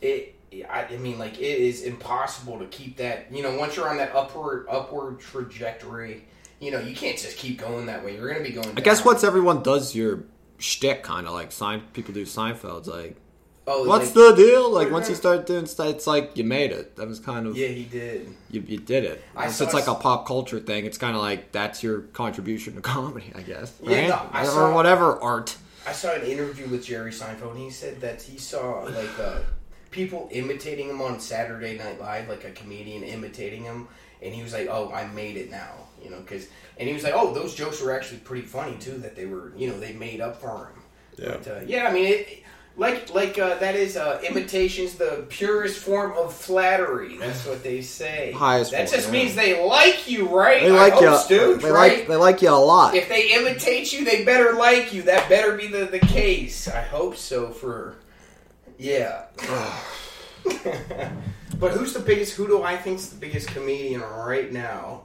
it, I, I mean, like it is impossible to keep that. You know, once you're on that upward upward trajectory, you know, you can't just keep going that way. You're gonna be going.
I guess once everyone does your shtick, kind of like Sein- people do Seinfeld's. Like
Oh,
what's the
like-
deal? Like once you start doing stuff, it's like you made it. That was kind of
Yeah, he did.
you, you did it.
I
so
saw
it's like
s-
a pop culture thing. It's kind of like that's your contribution to comedy, I guess.
Yeah,
right?
no, I
Whatever-
saw-
whatever art.
I saw an interview with Jerry Seinfeld, and he said that he saw like uh, people imitating him on Saturday Night Live, like a comedian imitating him, and he was like, "Oh, I made it now," you know, because and he was like, "Oh, those jokes were actually pretty funny too. That they were, you know, they made up for him."
Yeah.
But, uh, yeah, I mean, it, like like uh, that is uh, imitation's the purest form of flattery. That's what they say.
Highest
That
form,
just
yeah.
means they like you, right?
They
I
like
hope
you.
Stooge,
they
right?
like they like you a lot.
If they imitate you, they better like you. That better be the, the case. I hope so for Yeah. but who's the biggest who do I think's the biggest comedian right now?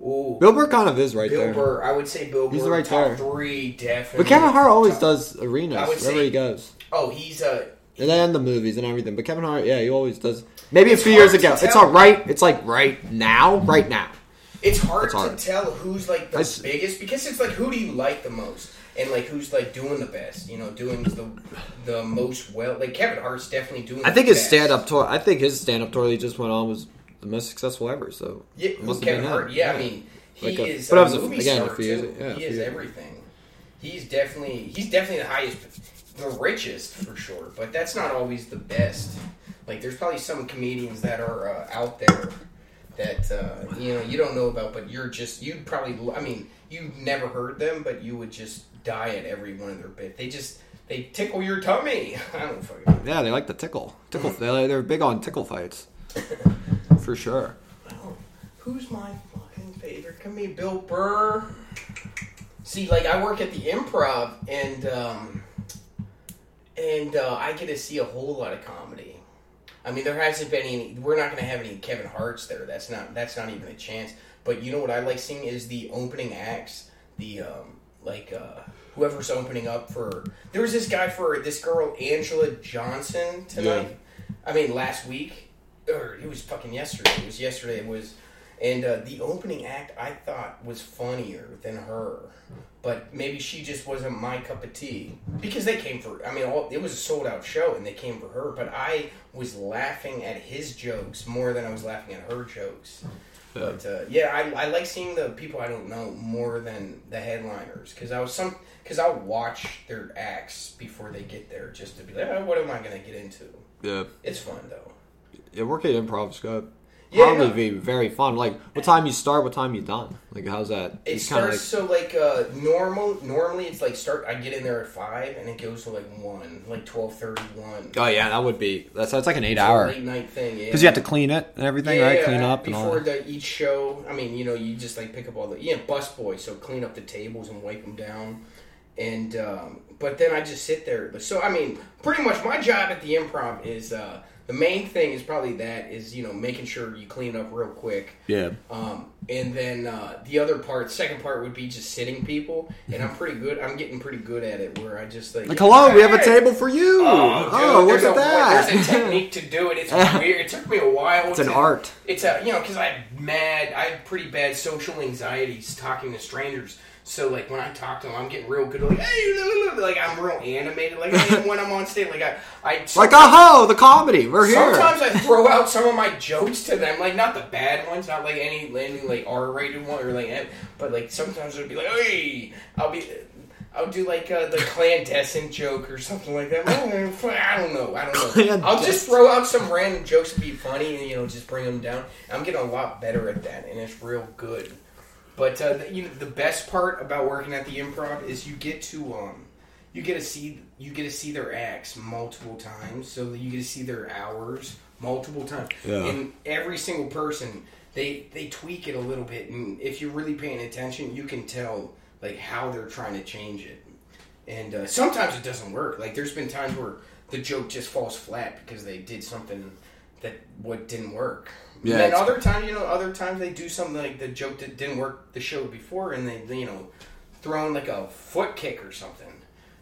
Ooh.
Bill Burr kind of is right
Bill
there.
Burr. I would say Bill
He's
Burr
right
top
there.
three definitely.
But Kevin Hart always
Top-
does arenas
I would
wherever
say-
he goes,
Oh, he's a
and then the movies and everything. But Kevin Hart, yeah, he always does. Maybe a
It's
few years
hard to
ago, it's
tell.
all right. It's like right now, right now.
It's hard
It's
to
hard.
tell who's like the
That's-
biggest because it's like who do you like the most and like who's like doing the best, you know, doing the the most well. Like Kevin Hart's definitely doing.
I
the
think his
best.
stand up tour. I think his stand up tour he just went on was the most successful ever. So
Yeah,
it must have
Kevin
been
Hart.
him.
Yeah, I mean, he
Like a-
is.
but
a
I was a-
movie
again, a
star
few years-
too.
yeah, a
he
few
is
years.
everything. He's definitely he's definitely the highest, the richest for sure. But that's not always the best. Like there's probably some comedians that are uh, out there that uh, you know you don't know about, but you're just you probably. I mean, you never heard them, but you would just die at every one of their bit. They just they tickle your tummy. I don't fucking.
Yeah, they like the tickle. Tickle. they- They're big on tickle fights, for sure.
Oh, who's my fucking favorite comedian? Bill Burr. See, like I work at the Improv, and um, and uh, I get to see a whole lot of comedy. I mean, there hasn't been any. We're not going to have any Kevin Hart's there. That's not. That's not even a chance. But you know what I like seeing is the opening acts. The um, like uh, whoever's opening up for. There was this guy for this girl Angela Johnson tonight. I mean, last week or it was fucking yesterday. It was yesterday. It was, and uh, the opening act I thought was funnier than her, but maybe she just wasn't my cup of tea because they came for. I mean, all, it was a sold out show, and they came for her. But I was laughing at his jokes more than I was laughing at her jokes. But uh, yeah, I, I like seeing the people I don't know more than the headliners because I was some because I'll watch their acts before they get there just to be like, "Oh, what am I gonna get into?
Yeah,
It's fun though.
yeah. Working improv, Scott.
Yeah,
Probably
no.
be very fun. Like, what time you start? What time you done? Like, how's that?
It
It's kinda
starts so like uh, normal. Normally, it's like start. I get in there at five, and it goes to like one, like twelve thirty one.
like, oh yeah, that would be. That's that's like an eight hour
Late night thing, yeah.
because you have to clean it and everything, right? Clean
uh,
up and all.
before the each show. I mean, you know, you just like pick up all the yeah, bus boy. So clean up the tables and wipe them down. And um, but then I just sit there. But so I mean, pretty much my job at the improv is uh, the main thing is probably that is you know making sure you clean up real quick.
Yeah.
Um, and then uh, the other part, second part would be just sitting people, and I'm pretty good. I'm getting pretty good at it. Where I just like,
Like, hello, we have a
"Hey!"
table for you.
Oh,
Oh,
dude,
look
there's
at
a-
that.
There's a technique to do it. It's weird. It took me a while.
It's an art.
It's a you know because I had mad, I had pretty bad social anxieties talking to strangers. So like when I talk to them, I'm getting real good. Like hey, look, look," like I'm real animated. Like hey, when I'm on stage, like I, I
like, oh, the comedy. We're here.
Sometimes I throw out some of my jokes to them, like not the bad ones, not like any, any like R-rated one or like, eh, but like sometimes it'll be like, hey, I'll be, I'll do like uh, the clandestine joke or something like that. I don't know, I don't know. I'll just throw out some random jokes to be funny and you know just bring them down. I'm getting a lot better at that, and it's real good. But uh, the, you know, the best part about working at the improv is you get to um, you get to see you get to see their acts multiple times, so that you get to see their hours multiple times.
Yeah.
And every single person, they they tweak it a little bit, and if you're really paying attention, you can tell like how they're trying to change it. And uh, sometimes it doesn't work. Like there's been times where the joke just falls flat because they did something that what didn't work.
Yeah,
And then
it's-
other times, you know, other times they do something like the joke that didn't work the show before, and they you know throw in like a foot kick or something.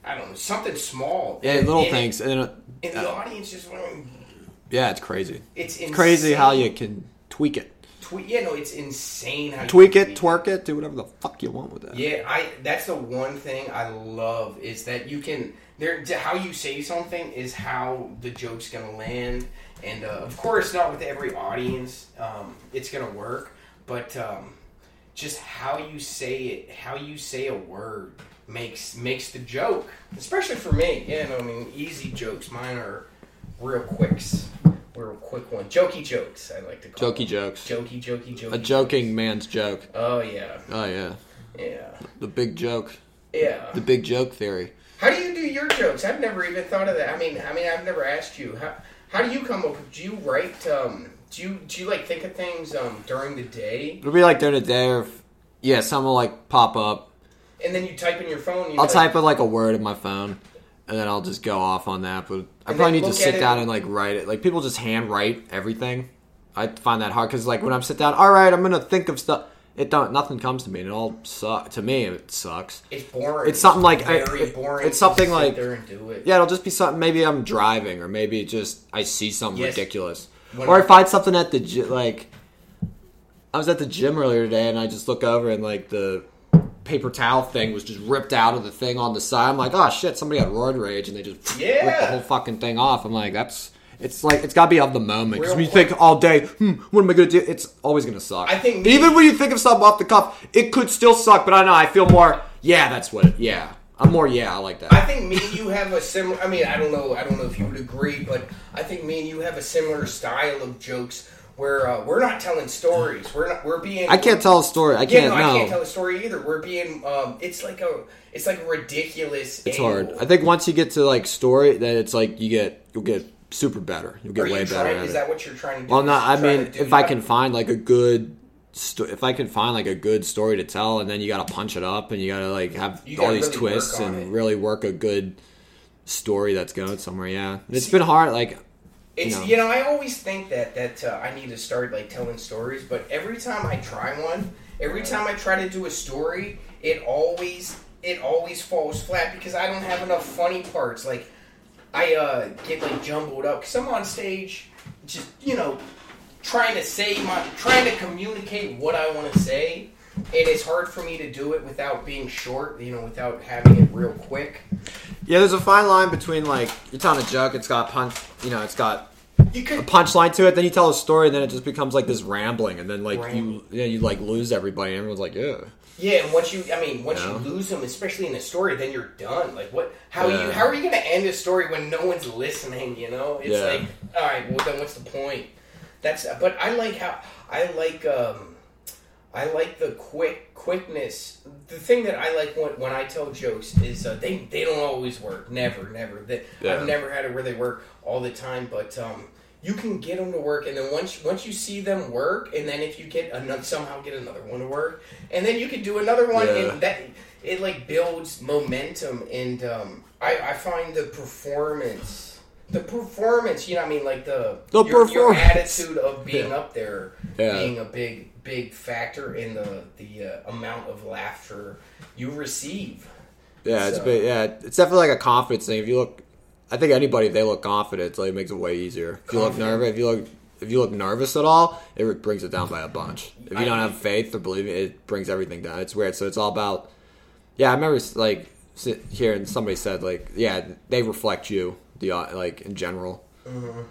I don't know, something small.
Yeah, little
And it-
things. And, uh,
And the audience just went,
yeah, it's crazy.
it's insane.
It's crazy how you can tweak it,
Twe- yeah, no, it's insane how you
tweak
can
it, twerk it, do whatever the fuck you want with that.
Yeah, I. That's the one thing I love is that you can. There, d- how you say something is how the joke's gonna land, and uh, of course, not with every audience. Um, it's gonna work, but um, just how you say it, how you say a word makes makes the joke. Especially for me, yeah. No, I mean, easy jokes. Mine are real quicks, real quick one, jokey jokes. I like to call
Jokey
them.
jokes.
jokey, jokey, jokey.
A joking man's joke.
Oh yeah,
Oh yeah,
yeah,
the big joke,
yeah.
the big joke theory.
How do you do your jokes? I've never even thought of that. I mean, I mean, I've never asked you. How, how do you come up? Do you write? Um, do you do you like think of things um, during the day,
It'll be like during the day, or if, yeah, something will like pop up.
and then you type in your phone? And you
I'll
like,
type in like a word in my phone, and then I'll just go off on that. But I
And then
probably need to
look at
sit
it-
down and like write it. Like people just hand write everything. I find that hard because like when I'm sit down, all right, I'm gonna think of stuff. It don't nothing comes to me, and it all suck. To me, it sucks.
It's boring.
It's something like-
very
I- it-
boring.
it's something
Just
like-
sit there and do it.
Yeah, it'll just be something. Maybe I'm driving, or maybe just I see something
Yes.
ridiculous,
When
or
I-
I find something at the gy- like. I was at the gym earlier today, and I just look over, and like the paper towel thing was just ripped out of the thing on the side. I'm like, oh shit, somebody had roid rage, and they just
Yeah.
ripped the whole fucking thing off. I'm like, that's. It's like it's got to be of the moment. 'Cause
Real
when you
quick.
think all day, hmm, what am I gonna do? It's always gonna suck.
I think me-
even when you think of something off the cuff, it could still suck. But I know I feel more. Yeah, that's what. It, yeah, I'm more. Yeah, I like that.
I think me and you have a similar. I mean, I don't know. I don't know if you would agree, but I think me and you have a similar style of jokes where uh, we're not telling stories. We're not. We're being.
I can't tell a story. I
Yeah,
can't.
no,
no,
I can't tell the story either. We're being, um, it's like a, it's like a ridiculous.
it's hard. I think once you get to like story, then it's like you get you'll get super better. You'll get
Are you
way better.
trying-
at
Is
it.
that what you're trying to do?
well, no, I
You're trying
mean,
to do
if I
that?
can find like a good, sto- if I can find like a good story to tell, and then you got to punch it up, and you got to like have
You
all
gotta
these
really work
twists
on
and
it.
really work a good story that's going somewhere. Yeah, it's been hard. Like,
It's
you know.
you know I always think that that uh, I need to start like telling stories, but every time I try one, every time I try to do a story, it always it always falls flat because I don't have enough funny parts. Like I uh, get like jumbled up because I'm on stage, just you know, trying to say my trying to communicate what I want to say, and it's hard for me to do it without being short. You know, without having it real quick.
yeah, there's a fine line between like you're telling a joke, it's got punch, you know, it's got
You could
punchline to it, then you tell a story, and then it just becomes like this rambling, and then like
Rambling.
you, yeah, you like lose everybody, and everyone's like, yeah.
Yeah, and once you, I mean, once you
Yeah.
lose them, especially in a story, then you're done. Like, what? How are you?
Yeah.
How are you going to end a story when no one's listening? You know, it's
Yeah.
like, all right, well then, what's the point? That's. But I like how I like. um I like the quick quickness. The thing that I like when, when I tell jokes is uh, they they don't always work. Never, never. They,
Yeah.
I've never had it where they work all the time, but. um you can get them to work, and then once once you see them work, and then if you get another somehow get another one to work, and then you can do another one,
Yeah.
and that it like builds momentum. And um, I I find the performance, the performance, you know, what I mean, like the
The
your, your
performance.
attitude of being
Yeah.
up there
Yeah.
being a big big factor in the the uh, amount of laughter you receive.
Yeah, it's
So-
been, yeah, it's definitely like a confidence thing. If you look, I think anybody if they look confident, it's like it makes it way easier. If you look
Confident.
nervous, if you look if you look nervous at all, it brings it down by a bunch. If you
I-
don't have faith or believe it, it brings everything down. It's weird. So it's all about. Yeah, I remember like si- hearing somebody said like, yeah, they reflect you the au- like in general.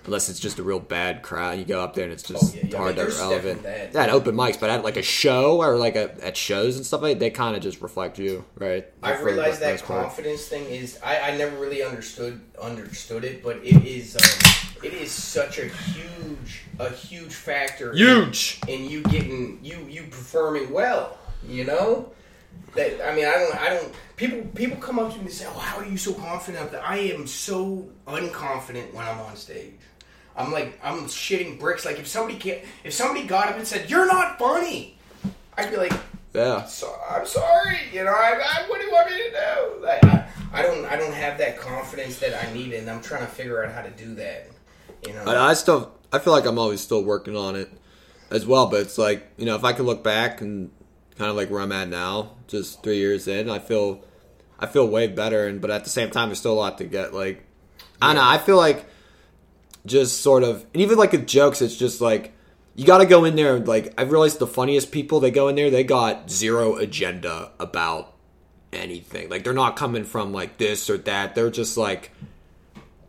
Unless it's just a real bad crowd, you go up there and it's just
Mm-hmm. Oh, yeah, yeah,
hard
there's
to relevant.
definitely that.
Yeah, at open mics, but at like a show or like a, at shows and stuff like, they kind of just reflect you, right?
I
For the
realized that
most part.
confidence thing is I, I never really understood understood it, but it is um, it is such a huge a huge factor. in-
Huge.
in you getting you you performing well. You know, that I mean, I don't, I don't. People, people come up to me and say, "Oh, how are you so confident?" That I am so unconfident when I'm on stage. I'm like, I'm shitting bricks. Like if somebody can if somebody got up and said, "You're not funny," I'd be like,
Yeah.
so, I'm sorry, you know. I, I, what do you want me to do? Like, I, I don't, I don't have that confidence that I need, and I'm trying to figure out how to do that. You know,
But I still, I feel like I'm always still working on it as well. But it's like, you know, if I could look back and kind of like where I'm at now, just three years in, I feel, I feel way better. And but at the same time, there's still a lot to get. Like, I don't know. I feel like just sort of, and even like with jokes, it's just like you got to go in there. and Like I've realized the funniest people, they go in there, they got zero agenda about anything. Like they're not coming from like this or that. They're just like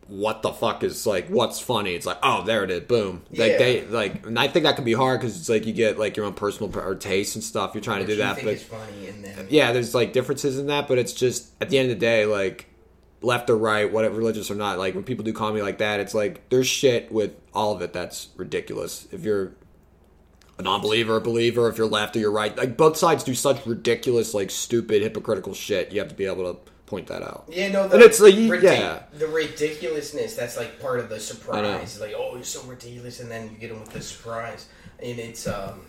what the fuck is like what's funny it's like oh there it is boom like
Yeah.
they like and i think that can be hard because it's like you get like your own personal per- or taste and stuff you're trying to do
you
that
think
but
it's funny, and then
yeah there's like differences in that but it's just at the end of the day like left or right whatever religious or not like when people do comedy like that it's like there's shit with all of it that's ridiculous if you're a non-believer a believer if you're left or you're right like both sides do such ridiculous like stupid hypocritical shit you have to be able to point that out
Yeah, no, the,
And it's like, you- yeah.
the ridiculousness that's like part of the surprise. Like, oh, you're so ridiculous, and then you get them with the surprise, and it's um,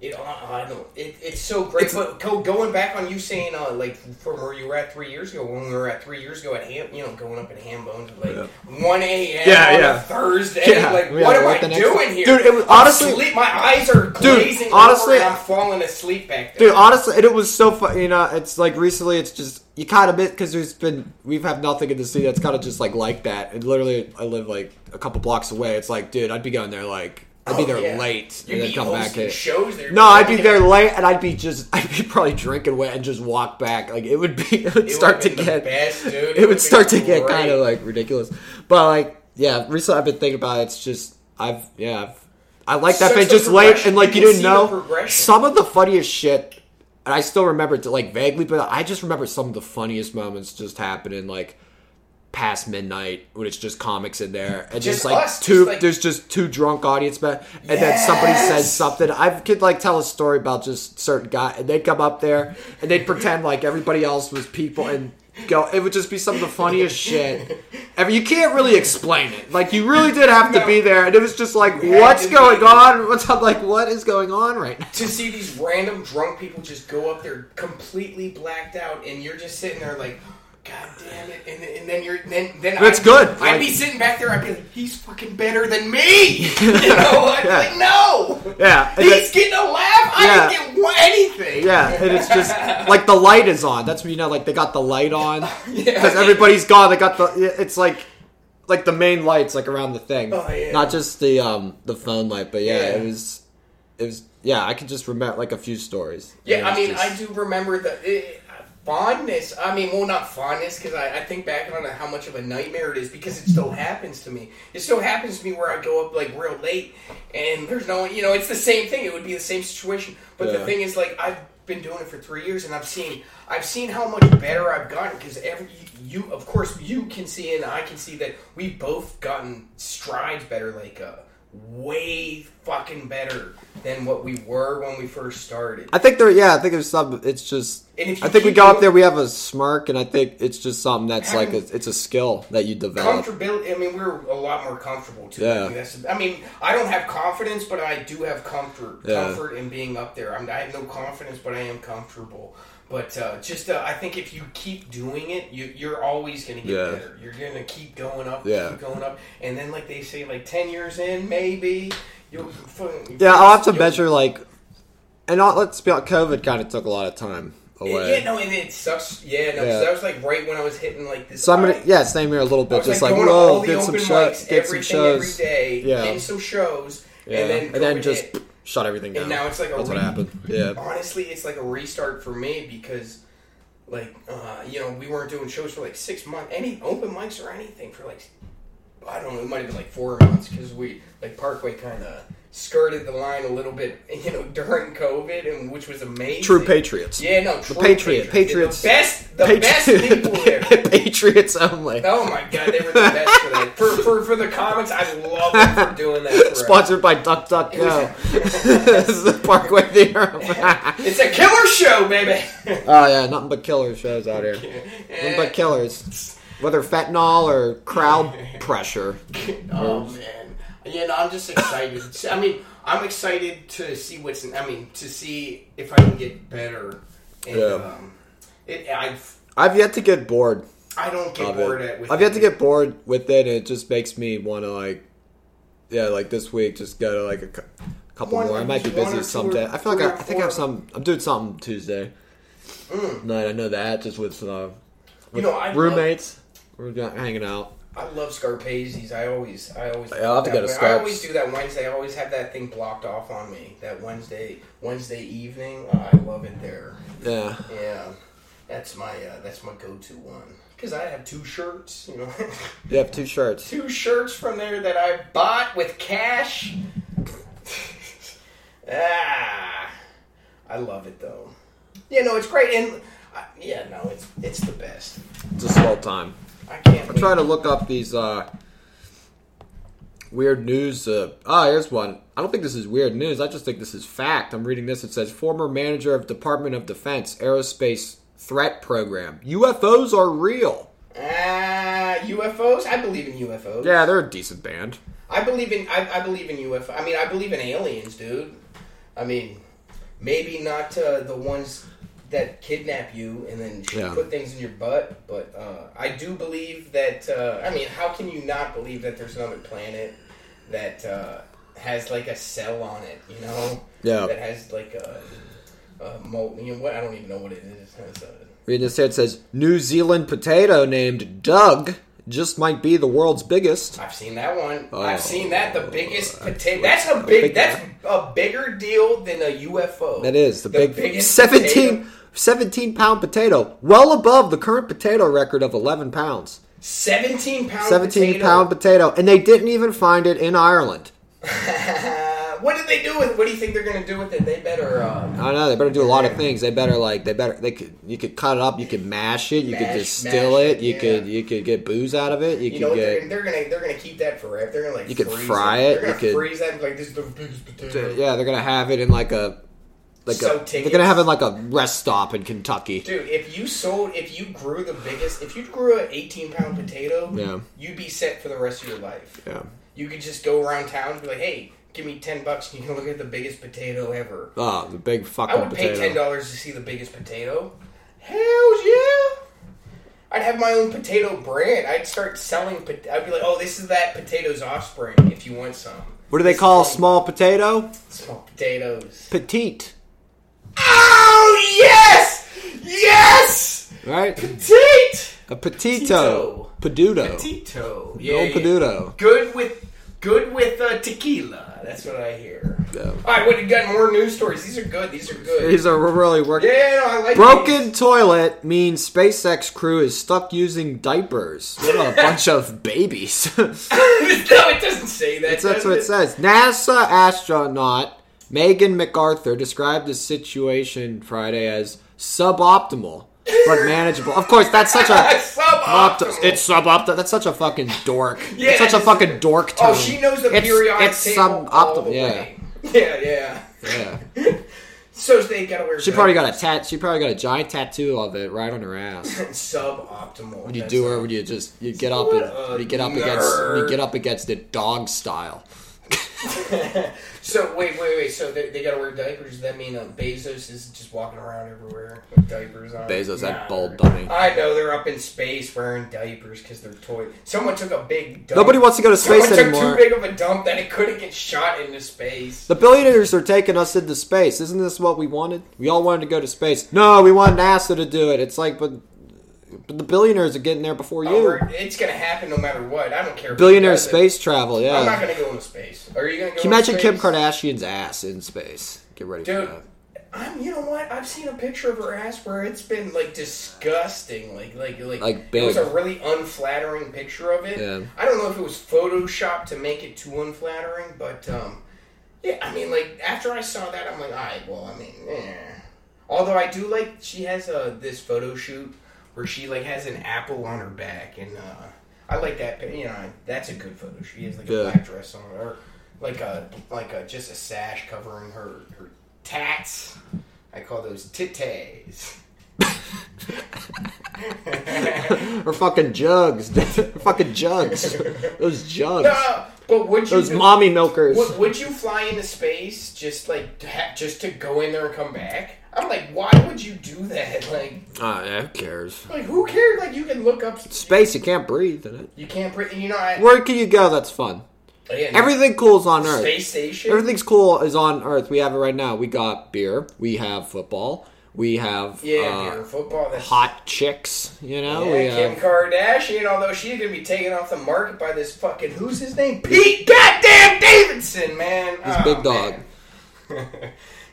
it I I don't know, it, it's so great. but go, going back on you saying uh, like from where you were at three years ago, when we were at three years ago at Ham, you know, going up at Hambones at like one a.m.
Yeah,
on
yeah.
a Thursday,
Yeah,
like
yeah,
what am
what
I
the next-
doing here,
Dude, it was-
I'm
honestly-
asleep. my eyes are glazing
honestly-
over and I'm falling asleep back there.
Dude, honestly, and it was so fun. You know, it's like recently, it's just you kind of bit because there's been we've had nothing in the city that's kind of just like like that. And literally, I live like a couple blocks away. It's like, dude, I'd be going there like I'd be
Oh,
there
yeah.
late
You'd
and then
be
come back.
hosting
in.
shows there.
No, I'd be there late and I'd be just I'd be probably drinking wet and just walk back. Like it would be it would
It
start to
would've been the
get
best, dude.
it would
would've
start to
been
get kind
great.
of like ridiculous. But like, yeah, recently I've been thinking about it. It's just I've yeah, I've, I like that
Such
bit
a
just late
progression.
and like you
You can
didn't
see the
know
progression.
some of the funniest shit. And I still remember it like vaguely, but I just remember some of the funniest moments just happening like past midnight when it's just comics in there and just,
Just
like
us,
two
just, like-
there's just two drunk audience men and then somebody says
Yes!
something i could like tell a story about just certain guy and they'd come up there and they'd pretend like everybody else was people and go it would just be some of the funniest shit ever you can't really explain it like you really did have to
No.
be there and it was just like
had
what's
to be
going
there.
on what's up like what is going on right now
to see these random drunk people just go up there completely blacked out, and you're just sitting there like, God damn it! And, and then you're then then
That's
I'd,
good.
I'd
Like-
be sitting back there. I'd be like, he's fucking better than me. You know? I'd
Yeah.
be like, no.
yeah and
He's getting a laugh. I
Yeah.
didn't get one, anything.
Yeah, and it's just like the light is on. That's when you know, like they got the light on because
Yeah.
everybody's gone. They got the. It's like, like the main lights like around the thing,
Oh, yeah.
not just the um the phone light. But yeah,
Yeah.
it was, it was yeah. I could just remember like a few stories.
Yeah, I
And it was
mean, I
just-
do remember the eh, fondness. I mean, well, not fondness because I, I think back on how much of a nightmare it is because it still happens to me. It still happens to me where I go up like real late and there's no, you know, it's the same thing. It would be the same situation. But
Yeah.
the thing is, like, I've been doing it for three years and I've seen, I've seen how much better I've gotten because every you, of course, you can see and I can see that we both gotten strides better, like uh, way fucking better than what we were when we first started.
I think there. Yeah, I think there's some. It's just.
And if you
I think we
keep
go up
doing-
there. We have a smirk, and I think it's just something that's like a,
Having-
it's a skill that you develop.
comfortability. I mean, we're a lot more comfortable too.
Yeah.
That's- I mean, I don't have confidence, but I do have comfort.
Yeah.
Comfort in being up there. I'm, I have no confidence, but I am comfortable. But uh, just, uh, I think if you keep doing it, you, you're always going to get
Yeah.
better. You're going to keep going up,
Yeah.
keep going up, and then, like they say, like ten years in, maybe you'll. fu-
Yeah, I'll have to
you'll-
measure like, and I'll, let's be honest, COVID kind of took a lot of time away.
Yeah, no, and it sucks. Yeah, no, 'cause
Yeah.
that was like right when I was hitting like this.
So I'm gonna
high.
yeah, same here a little
I
bit,
was,
just
like,
like,
going to all
whoa,
the
did some
open
shows,
mics,
did some
everything
shows,
every day,
Yeah.
getting some shows,
yeah,
and then COVID
just
hit.
shut everything down.
And now it's like a
That's what
re-
happened. Yeah,
honestly, it's like a restart for me because, like, uh, you know, we weren't doing shows for like six months, any open mics or anything for like, I don't know, it might have been like four months because we like Parkway kind of skirted the line a little bit, you know, during COVID, and which was amazing.
True patriots.
Yeah, no, true
Patriot- Patriots.
The best, the
Patri-
best people there.
patriots only.
Oh my god, they were the best for that. For, for, for the comics, I love them for doing that. forever.
Sponsored by DuckDuckGo. this is the Parkway Theorem.
It's a killer show, baby.
oh yeah, nothing but killer shows out here. Nothing but
Eh,
killers. Whether fentanyl or crowd pressure.
oh man, yeah, no, I'm just excited. I mean, I'm excited to see what's. In, I mean, to see if I can get better. And,
Yeah.
Um, it, I've,
I've yet to get bored
I don't get
of
bored
it.
at. With
I've yet to get bored with it, and it just makes me want to like, yeah, like this week just go to like a cou- couple
One-
more. I might be
one or two
busy
or
someday. I feel like
three
I,
or
I think I have
four.
some. I'm doing something Tuesday night. I know that just with uh, with
know, I love-
roommates. We're go- hanging out.
I love Scarpazzi's. I always, I always.
Yeah, I'll have to
that-
go to
I
Scarp's.
always do that Wednesday. I always have that thing blocked off on me. That Wednesday, Wednesday evening. Oh, I love it there.
Yeah.
Yeah, that's my, uh, that's my go-to one. Because I have two shirts, you know,
You have two shirts.
two shirts from there that I bought with cash. ah, I love it though. Yeah, no, it's great, and uh, yeah, no, it's it's the best.
It's a swell time.
I can't.
I'm
wait.
trying to look up these uh, weird news. Uh, ah, here's one. I don't think this is weird news. I just think this is fact. I'm reading this. It says former manager of Department of Defense Aerospace Threat Program. UFOs are real.
Ah, UFOs. I believe in UFOs.
Yeah, they're a decent band.
I believe in I, I believe in UFO. I mean, I believe in aliens, dude. I mean, maybe not uh, the ones that kidnap you and then sh-
Yeah.
put things in your butt, but uh, I do believe that. Uh, I mean, how can you not believe that there's another planet that uh, has like a cell on it? You know,
Yeah.
that has like a, a mol- You know what? I don't even know what it is. It's a-
Reading this here, it says New Zealand potato named Doug just might be the world's biggest.
I've seen that one.
Oh. Uh,
I've seen that. The biggest potato. That's a big. That's a bigger deal than a UFO.
That is the, big
biggest
17,
potato.
17 pound potato, well above the current potato record of 11 pounds.
Seventeen pound.
17
potato.
pound potato and they didn't even find it in ireland
Uh, what did they do with? What do you think they're gonna do with it? They better. Uh,
i don't know they better do a lot of things they better like they better they could you could cut it up you could mash it you
Mash-
could distill
mash
it
it,
you
yeah.
could you could get booze out of it you,
you know
could
what they're,
get
gonna- they're gonna they're gonna keep that forever. They're gonna like
You could
freeze
fry it,
it. They're
you
gonna
could-
freeze that and be like this is the biggest potato.
yeah they're gonna have it in like a like
Sell
a, they're
tickets.
gonna have it like a rest stop in kentucky
Dude, if you sold, if you grew the biggest, if you grew an eighteen pound potato,
Yeah.
you'd be set for the rest of your life.
yeah
You could just go around town and be like, hey, give me 10 bucks and you can look at the biggest potato ever.
oh the big
I
fucking
would pay
potato
$10 to see the biggest potato. Hell yeah! I'd have my own potato brand. I'd start selling. pot- I'd be like, "Oh, this is that potato's offspring. If you want some,
what do they
This
call
thing-
small potato
small potatoes?"
petite
Oh yes, yes,
right
petite,
a petito
Petito.
peduto
petito, yeah,
no
yeah.
peduto
Good with, good with uh, tequila. That's what I hear.
Yeah.
All right, what you got? More news stories. These are good. These are good.
these are really working
Yeah, yeah, no, I like
Broken toilet means SpaceX crew is stuck using diapers. What a bunch of babies. That's
these. no, it doesn't say that. does
what it says. NASA astronaut Megan MacArthur described the situation Friday as suboptimal but manageable. Of course, that's such a
Suboptimal.
Opti- it's suboptimal. That's such a fucking dork.
Yeah,
it's such a
it's-
fucking dork term.
Oh, she knows the
it's,
periodic
It's
table all the
suboptimal. Yeah,
way. Yeah, yeah.
yeah.
So they gotta wear.
She probably got a tat. She probably got a giant tattoo of it right on her ass.
suboptimal.
you
That's
do
not-
or would you just you get up
What
and
a
you get up against you
nerd.
get up against it dog style.
So wait, wait, wait. So they, they gotta wear diapers. Does that mean uh, Bezos is just walking around everywhere with diapers on?
Bezos, that
Nah.
bold dummy.
I know they're up in space wearing diapers because they're toy. Someone took a big. dump.
Nobody wants to go to
Someone
space
took
anymore.
too big of a dump that it couldn't get shot into space.
The billionaires are taking us into space. Isn't this what we wanted? We all wanted to go to space. No, we want NASA to do it. It's like, but, but the billionaires are getting there before
Oh,
you.
we're- it's gonna happen no matter what. I don't care. who
Billionaire
does it.
space travel,
I'm not
yeah.
gonna go into space. Are you gonna go?
Can you imagine
into
Kim
space?
Kardashian's ass in space? Get ready
Dude,
for that.
I'm, you know what? I've seen a picture of her ass where it's been like disgusting, like like like,
Like
It was
big.
a really unflattering picture of it.
Yeah.
I don't know if it was photoshopped to make it too unflattering, but um, Yeah, I mean, like after I saw that, I'm like, all right, well, I mean, yeah. Although I do like she has uh, this photo shoot where she like has an apple on her back, and uh, I like that. pi- You know, that's a good photo. She has like
Yeah.
a black dress on, or like a like a just a sash covering her her tats. I call those titties.
Or fucking jugs. fucking jugs. Those jugs.
Uh, but would you
Those
do-
mommy milkers.
Would, would you fly into space just like to ha- just to go in there and come back? I'm like, why would you do that? Like,
Ah, yeah, who cares?
like who cares? Like, you can look up.
Space, you can't breathe in it.
You can't breathe. You know, I,
Where can you go that's fun?
yeah, no,
Everything cool is on Earth.
space station.
Everything's cool is on Earth. We have it right now. We got beer. We have football. We have
yeah,
uh,
beer, football. That's
hot oh, chicks. You know,
yeah,
we
Kim
have
Kardashian. Although she's gonna be taken off the market by this fucking who's his name? Pete Goddamn Davidson, man. He's
big dog.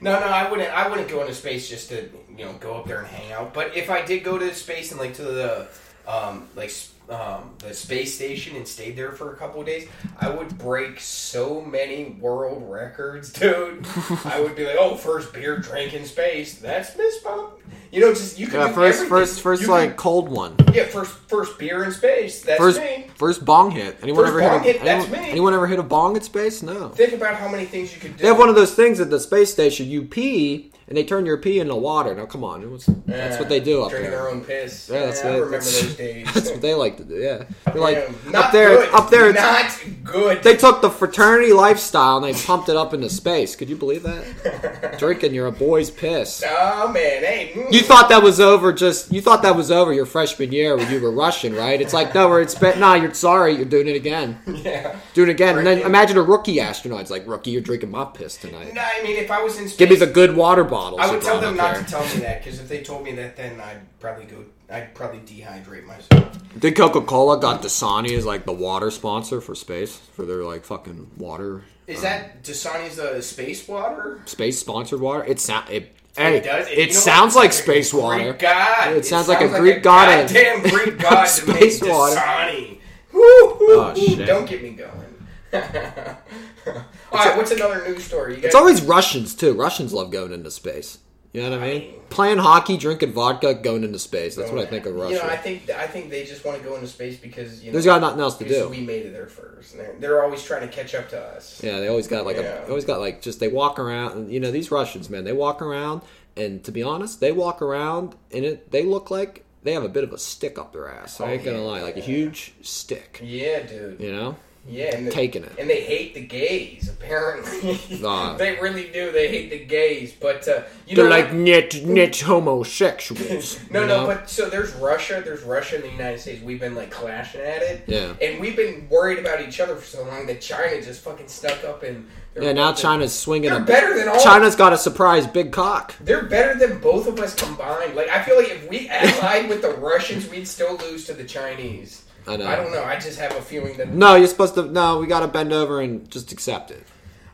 No, no, I wouldn't. I wouldn't go into space just to you know go up there and hang out. But if I did go to space and like to the um, like s- um, the space station and stayed there for a couple of days, I would break so many world records, dude. I would be like, oh, first beer drank in space. That's Miss Bump. You know, just you could
Yeah,
do
first,
everything.
first, first,
You could-
like cold one.
yeah, first first beer in space. That's
First,
me.
first bong hit. Anyone
First
ever
bong
hit? A,
hit, that's
anyone,
me.
anyone ever hit a bong at space? No.
Think about how many things you could do.
They have one of those things at the space station. You pee, and they turn your pee into water. Now, come on, it was- that's what they do up
Drinking
there.
their own piss.
Yeah, that's
I
it.
remember
That's-
those days.
That's what they like to do. Yeah, they're
Yeah,
like
not
up there,
good.
up there. It's,
Not good.
They took the fraternity lifestyle and they pumped it up into space. Could you believe that? Drinking your boy's piss.
oh man, hey. mm.
You thought that was over just you thought that was over your freshman year when you were rushing, right? It's like no, we're in space. Nah, you're sorry, you're doing it again.
Yeah.
Doing it again. And then
Drinking.
imagine a rookie astronaut's like, rookie, you're drinking my piss tonight.
No, I mean, if I was in space,
Give me the good water bottles.
I
you
would tell
brought
them
up
not
there.
to tell me that because if they told me that, then I'd probably go. I'd probably dehydrate myself.
Then Coca Cola got Dasani as like the water sponsor for space for their like fucking water
Is that Dasani's uh, space water?
space sponsored water. It sound it. Hey, it,
does- you know what?
sounds like
It's a
space
Greek
water.
God.
It sounds like a Greek god and-
Goddamn Greek god to make
Space water.
Dasani. Woo, woo,
Oh,
woo.
shit.
Don't get me going. All right, what's another news story? You
It's always Russians too. Russians love going into space. You know what I mean? Playing hockey, drinking vodka, going into space. That's what I think of Russia.
You know, I think I think they just want to go into space because you know
There's got nothing else to
because
do.
we made it there first. And they're, they're always trying to catch up to us.
Yeah, they always got like a,
Yeah.
they always got like just they walk around. And, you know these Russians, man, they walk around, and to be honest, they walk around and it they look like they have a bit of a stick up their ass. I ain't gonna
Oh, yeah.
lie, like a huge stick.
Yeah, dude.
You know,
Yeah, and the-
taking it.
And they hate the gays, apparently.
Nah.
they really do. They hate the gays. But, uh, you
They're
know.
like net net homosexuals.
no,
you
no,
know?
but so there's Russia, there's Russia and the United States. We've been like clashing at it.
Yeah.
And we've been worried about each other for so long that China just fucking stuck up and. they're
yeah, now
fucking-
China's swinging.
They're
A,
better than all.
China's got a surprise big cock.
They're better than both of us combined. Like I feel like if we allied with the Russians, we'd still lose to the Chinese.
I know.
I don't know. I just have a feeling that
No, you're supposed to. No, we got to bend over and just accept it.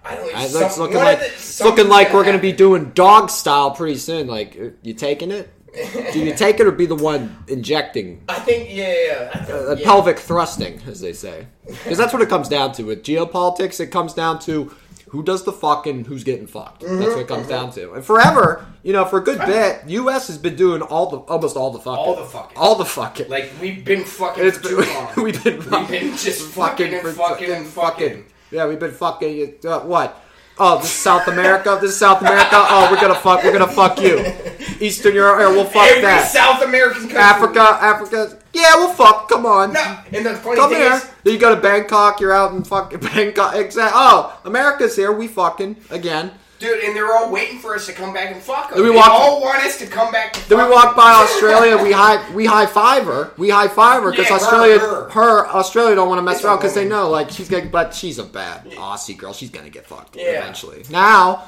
I don't.
I-
some-
It's looking
one of
like
the-
it's looking like we're gonna be
something's
doing dog style pretty soon. Like, uh, you taking it? Do you take it or be the one injecting?
happen. I think yeah, yeah. I think,
Uh,
yeah.
Pelvic thrusting, as they say, because that's what it comes down to. With geopolitics, it comes down to who does the fucking, who's getting fucked. That's
Mm-hmm.
what it comes down to. And forever, you know, for a good bit, U.S. has been doing all the almost all the fucking,
All the fucking.
all the fucking.
like we've been fucking
It's
for
been,
too long.
we've been
We've been just fucking and
for-
fucking and fucking.
Yeah, we've been fucking. Uh, what? Oh, this is South America. This is South America. Oh, we're gonna fuck. We're gonna fuck you. Eastern Europe. Yeah, we'll fuck
Every
that.
South American country.
Africa. Africa. Yeah, we'll fuck. Come on.
No, and the funny
Come
thing
here.
is,
Then you go to Bangkok. You're out in fucking Bangkok. Exact. Oh, America's here. We fucking again.
dude, and they're all waiting for us to come back and fuck them.
we
they
walk-
all want us to come back. To
Then we
fuck
walk
them.
by Australia. We high we high five her. We high five her because
Yeah, her,
Australia her,
her.
Australia don't want to mess
It's a
around because they
woman.
know like she's gonna but she's a bad Aussie girl. She's gonna get fucked
Yeah.
eventually. Now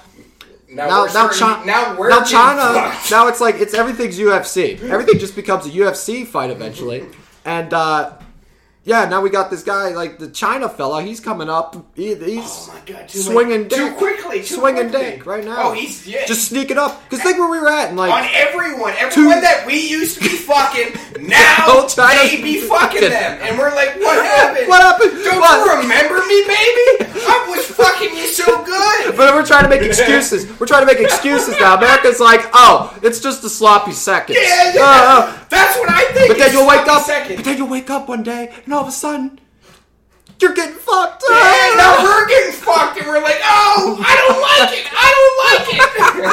now
we're
now,
starting-
Chi-
now we're
now
getting
China
fucked.
now it's like it's everything's UFC. Everything just becomes a UFC fight eventually, and. uh yeah, now we got this guy like the China fella. He's coming up. He, he's
Oh my god, too
swinging dick
late. too quickly, too
swinging
quickly.
dick right now.
Oh, he's yeah.
just sneaking up. Cause think where we were at and like
on everyone, everyone
Two-
that we used to be fucking. Now
whole time-
they be fucking them, and we're like, what happened?
What happened?
Don't
What?
you remember me, baby? I was fucking you so good.
But we're trying to make excuses. We're trying to make excuses now. America's like, oh, it's just the sloppy seconds.
Yeah, yeah.
Oh, oh.
That's what I think.
But then
It's
you'll wake
fucking
up. But
Second.
then you'll wake up one day, and all of a sudden, you're getting fucked.
And now we're getting fucked, and we're like, oh, I don't like it.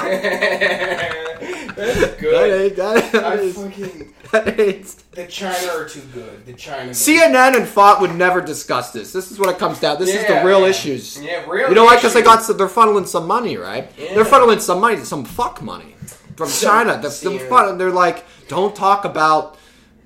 I don't like it. That's
That
good.
ain't- that
I
is-
fucking
that ain't-
the China are too good. The China.
CNN and Thought would never discuss this. This is what it comes down. This is the
Yeah,
real
yeah.
issues.
Yeah, real.
You know why? Because they
issues.
got some, they're funneling some money, right?
Yeah.
They're funneling some money, some fuck money from
Some-
China. That's the
yeah.
fun. And they're like, don't talk about,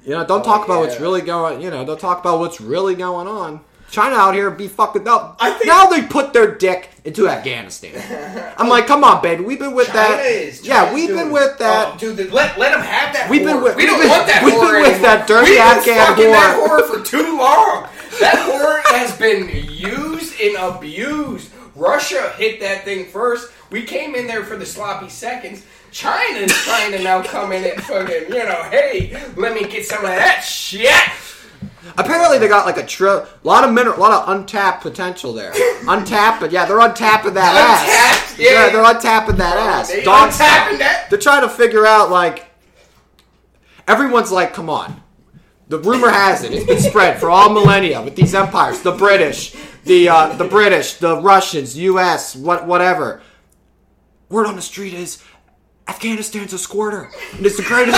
you know, don't talk about what's
Oh, yeah.
really going. You know, don't talk about what's really going on. China out here be fucking up.
I think-
now they put their dick into Afghanistan. I'm like, come on, baby, we've been with
China
that.
is.
yeah,
China's
we've
doing
been
it.
with
Oh,
that.
dude, then let, let them have that.
We've been
whore.
with-
we don't
we've been-
want that.
we've
whore
been with
anymore.
that dirty
We've been
Afghan
fucking That
whore.
whore for too long. That whore has been used and abused. Russia hit that thing first. We came in there for the sloppy seconds. China's trying to now come in and fucking, you know, hey, let me get some of that shit.
Apparently, they got like a tri- lot of mineral, lot of untapped potential there. untapped, but yeah, they're untapping that ass.
Untapped, yeah.
they're untapping that ass.
They
Dog style.
untapping that.
They're trying to figure out like everyone's like, come on. The rumor has it; it's been spread for all millennia with these empires, the British, the uh, the British, the Russians, U.S., what whatever. Word on the street is Afghanistan's a squirter, and it's the greatest.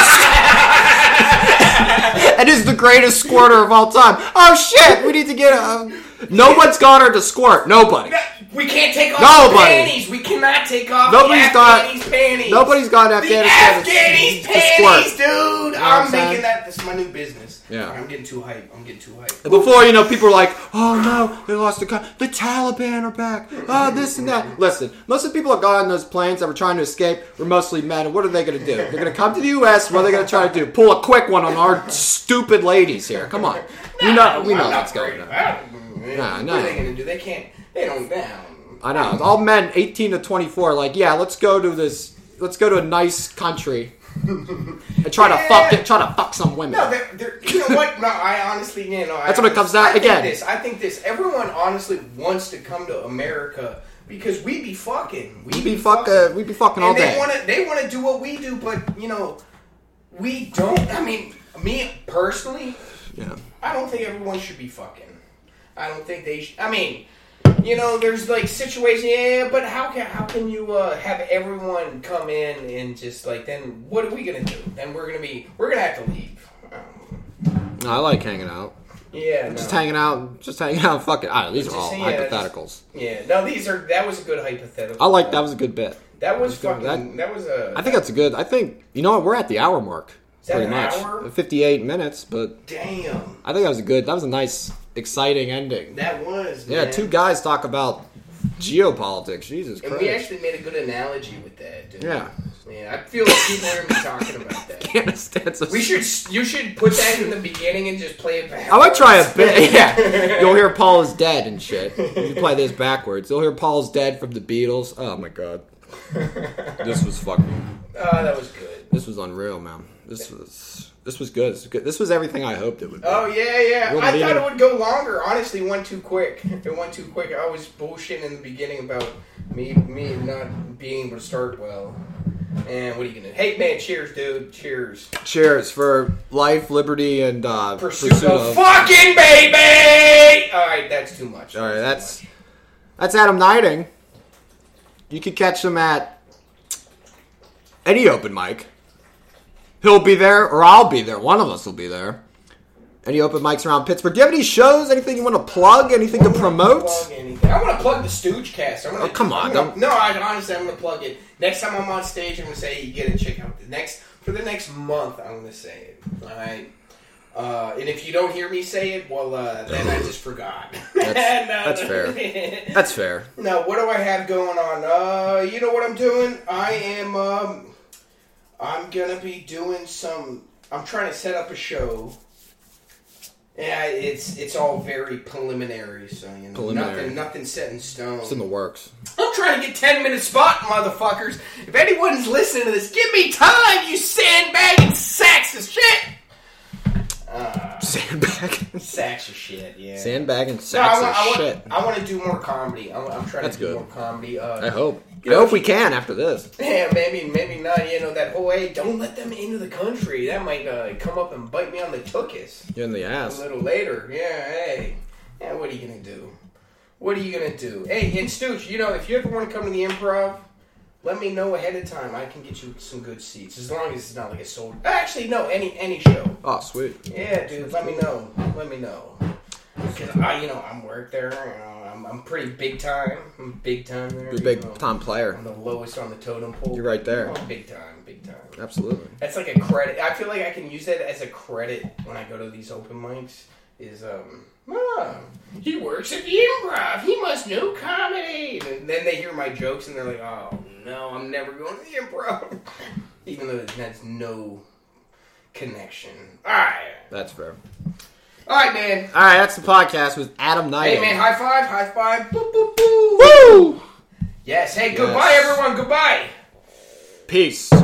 It is the greatest squirter of all time. Oh shit! We need to get. Um, no one's got her to squirt. Nobody.
We can't take off
Nobody.
the panties. We cannot take off
Nobody's
the
got-
Afghani's panties.
Nobody's got Afghanistan to-
The
to
Afghani's
squirt.
panties, dude.
what I'm
I'm
saying?
making that. This is my new business.
Yeah.
I'm getting too hype. I'm getting too hype.
And Before, you know, people were like, oh no, they lost the country. The Taliban are back. Oh, this and that. Listen, most of the people that got on those planes that were trying to escape were mostly men. And what are they going to do? They're going to come to the U.S. What are they going to try to do? Pull a quick one on our stupid ladies here. Come on. We know, we know what's going on. Nah,
Nah,
nah.
What are they gonna do? They can't. They don't down.
I know. All men 18 to 24, like, yeah, let's go to this, let's go to a nice country and try to fuck it, try to fuck some women.
No, they're, they're, you know what? No, I honestly, you know, I
That's what it comes down-
I think
again.
This, I think this. Everyone honestly wants to come to America because we be fucking. We
we be fucking, we be fucking all
and
day.
they want to they want to do what we do, but you know, we don't. I mean, me personally,
yeah.
I don't think everyone should be fucking. I don't think they. Sh- I mean, you know, there's like situations. Yeah, but how can how can you uh, have everyone come in and just like then what are we gonna do? Then we're gonna be we're gonna have to leave. Um,
No, I like hanging out.
yeah, no.
Just hanging out, just hanging out, fucking, I don't know, these are
Just
all
saying, yeah, just-
hypotheticals.
yeah. No, these are that was a good hypothetical.
I like that was a good bit.
that was
Let's go
fucking
with
that, was a
I think that's a good. I think you know what we're at the hour mark,
that
pretty
an
much,
hour?
fifty-eight minutes. But
damn
I think that was a good. That was a nice, exciting ending.
that was
Yeah,
man.
two guys talk about geopolitics. Jesus
And we
Christ.
actually made a good analogy with that. Dude.
Yeah.
Yeah, I feel like people are gonna be talking about that.
Afghanistan's a-
We should, you should put that in the beginning and just play it back.
I might try a bit. Yeah, you'll hear Paul is dead and shit. You play this backwards. You'll hear Paul's dead from the Beatles. Oh my god, this was fucking.
Oh, that was good.
This was unreal, man. This was this was good. This was, good. This was everything I hoped it would be.
Oh yeah, yeah.
We'll
I
leave
thought
it.
it would go longer. Honestly, it went too quick. It went too quick. I was bullshitting in the beginning about me, me not being able to start well. And what are you gonna? Hey man, cheers, dude. Cheers.
Cheers for life, liberty, and uh,
Pursuit, of fucking baby. All right, that's too much.
All right, that's that's Adam Knighting. You can catch him at any open mic. He'll be there, or I'll be there. One of us will be there. Any open mics around Pittsburgh? Do you have any shows? Anything you want to plug? Anything to promote?
Plug anything. I want to plug the Stooge cast. I wanna,
Oh, come on,
I'm gonna- no, I, honestly, I'm going to plug it. Next time I'm on stage, I'm going to say, you get to check out the next, for the next month, I'm going to say it. All right. Uh, and if you don't hear me say it, well, uh, then I just forgot. uh,
that's
That's,
fair. That's fair.
now, what do I have going on? Uh, you know what I'm doing? I am, um, I'm gonna be doing some. I'm trying to set up a show. Yeah, it's it's all very preliminary, so you know,
Preliminary.
nothing nothing set in stone.
It's in the works.
I'm trying to get 10 minute spot, motherfuckers. If anyone's listening to this, give me time, you sandbagging sacks of shit. sacks of shit. Yeah.
Sandbagging
No, I
sacks
want, I
of
want,
shit.
I want to do more comedy. I'm, I'm trying
That's
to do
good.
more comedy.
I
Uh,
hope.
You
I
know,
hope we
she-
can after this.
yeah, maybe, maybe not. You know that. Oh, hey, don't let them into the country. That might uh, come up and bite me on the tuchus
You're in the
a
ass.
little later. Yeah, hey, yeah. What are you gonna do? What are you gonna do? Hey, and Stooge, you know, if you ever want to come to the improv, let me know ahead of time. I can get you some good seats, as long as it's not like a sold. Actually, no, any any show.
Oh, sweet.
Yeah, dude, let me know. Let me know. Cause I, you know, I'm work there. You know, I'm, I'm pretty big time. I'm big time there.
You're a
you
big
know.
time player.
I'm the lowest on the totem pole.
You're right there.
I'm big time, big time.
Absolutely.
That's like a credit. I feel like I can use that as a credit when I go to these open mics. Is um, mom, he works at the improv. He must know comedy. And then they hear my jokes and they're like, oh no, I'm never going to the improv. Even though it has no connection. All right.
That's fair.
All right, man.
All right, that's the podcast with Adam Knight.
Hey, man. High five. High five. Boop, boop, boop.
Woo!
Yes. Hey, goodbye,
Yes.
everyone. Goodbye.
Peace.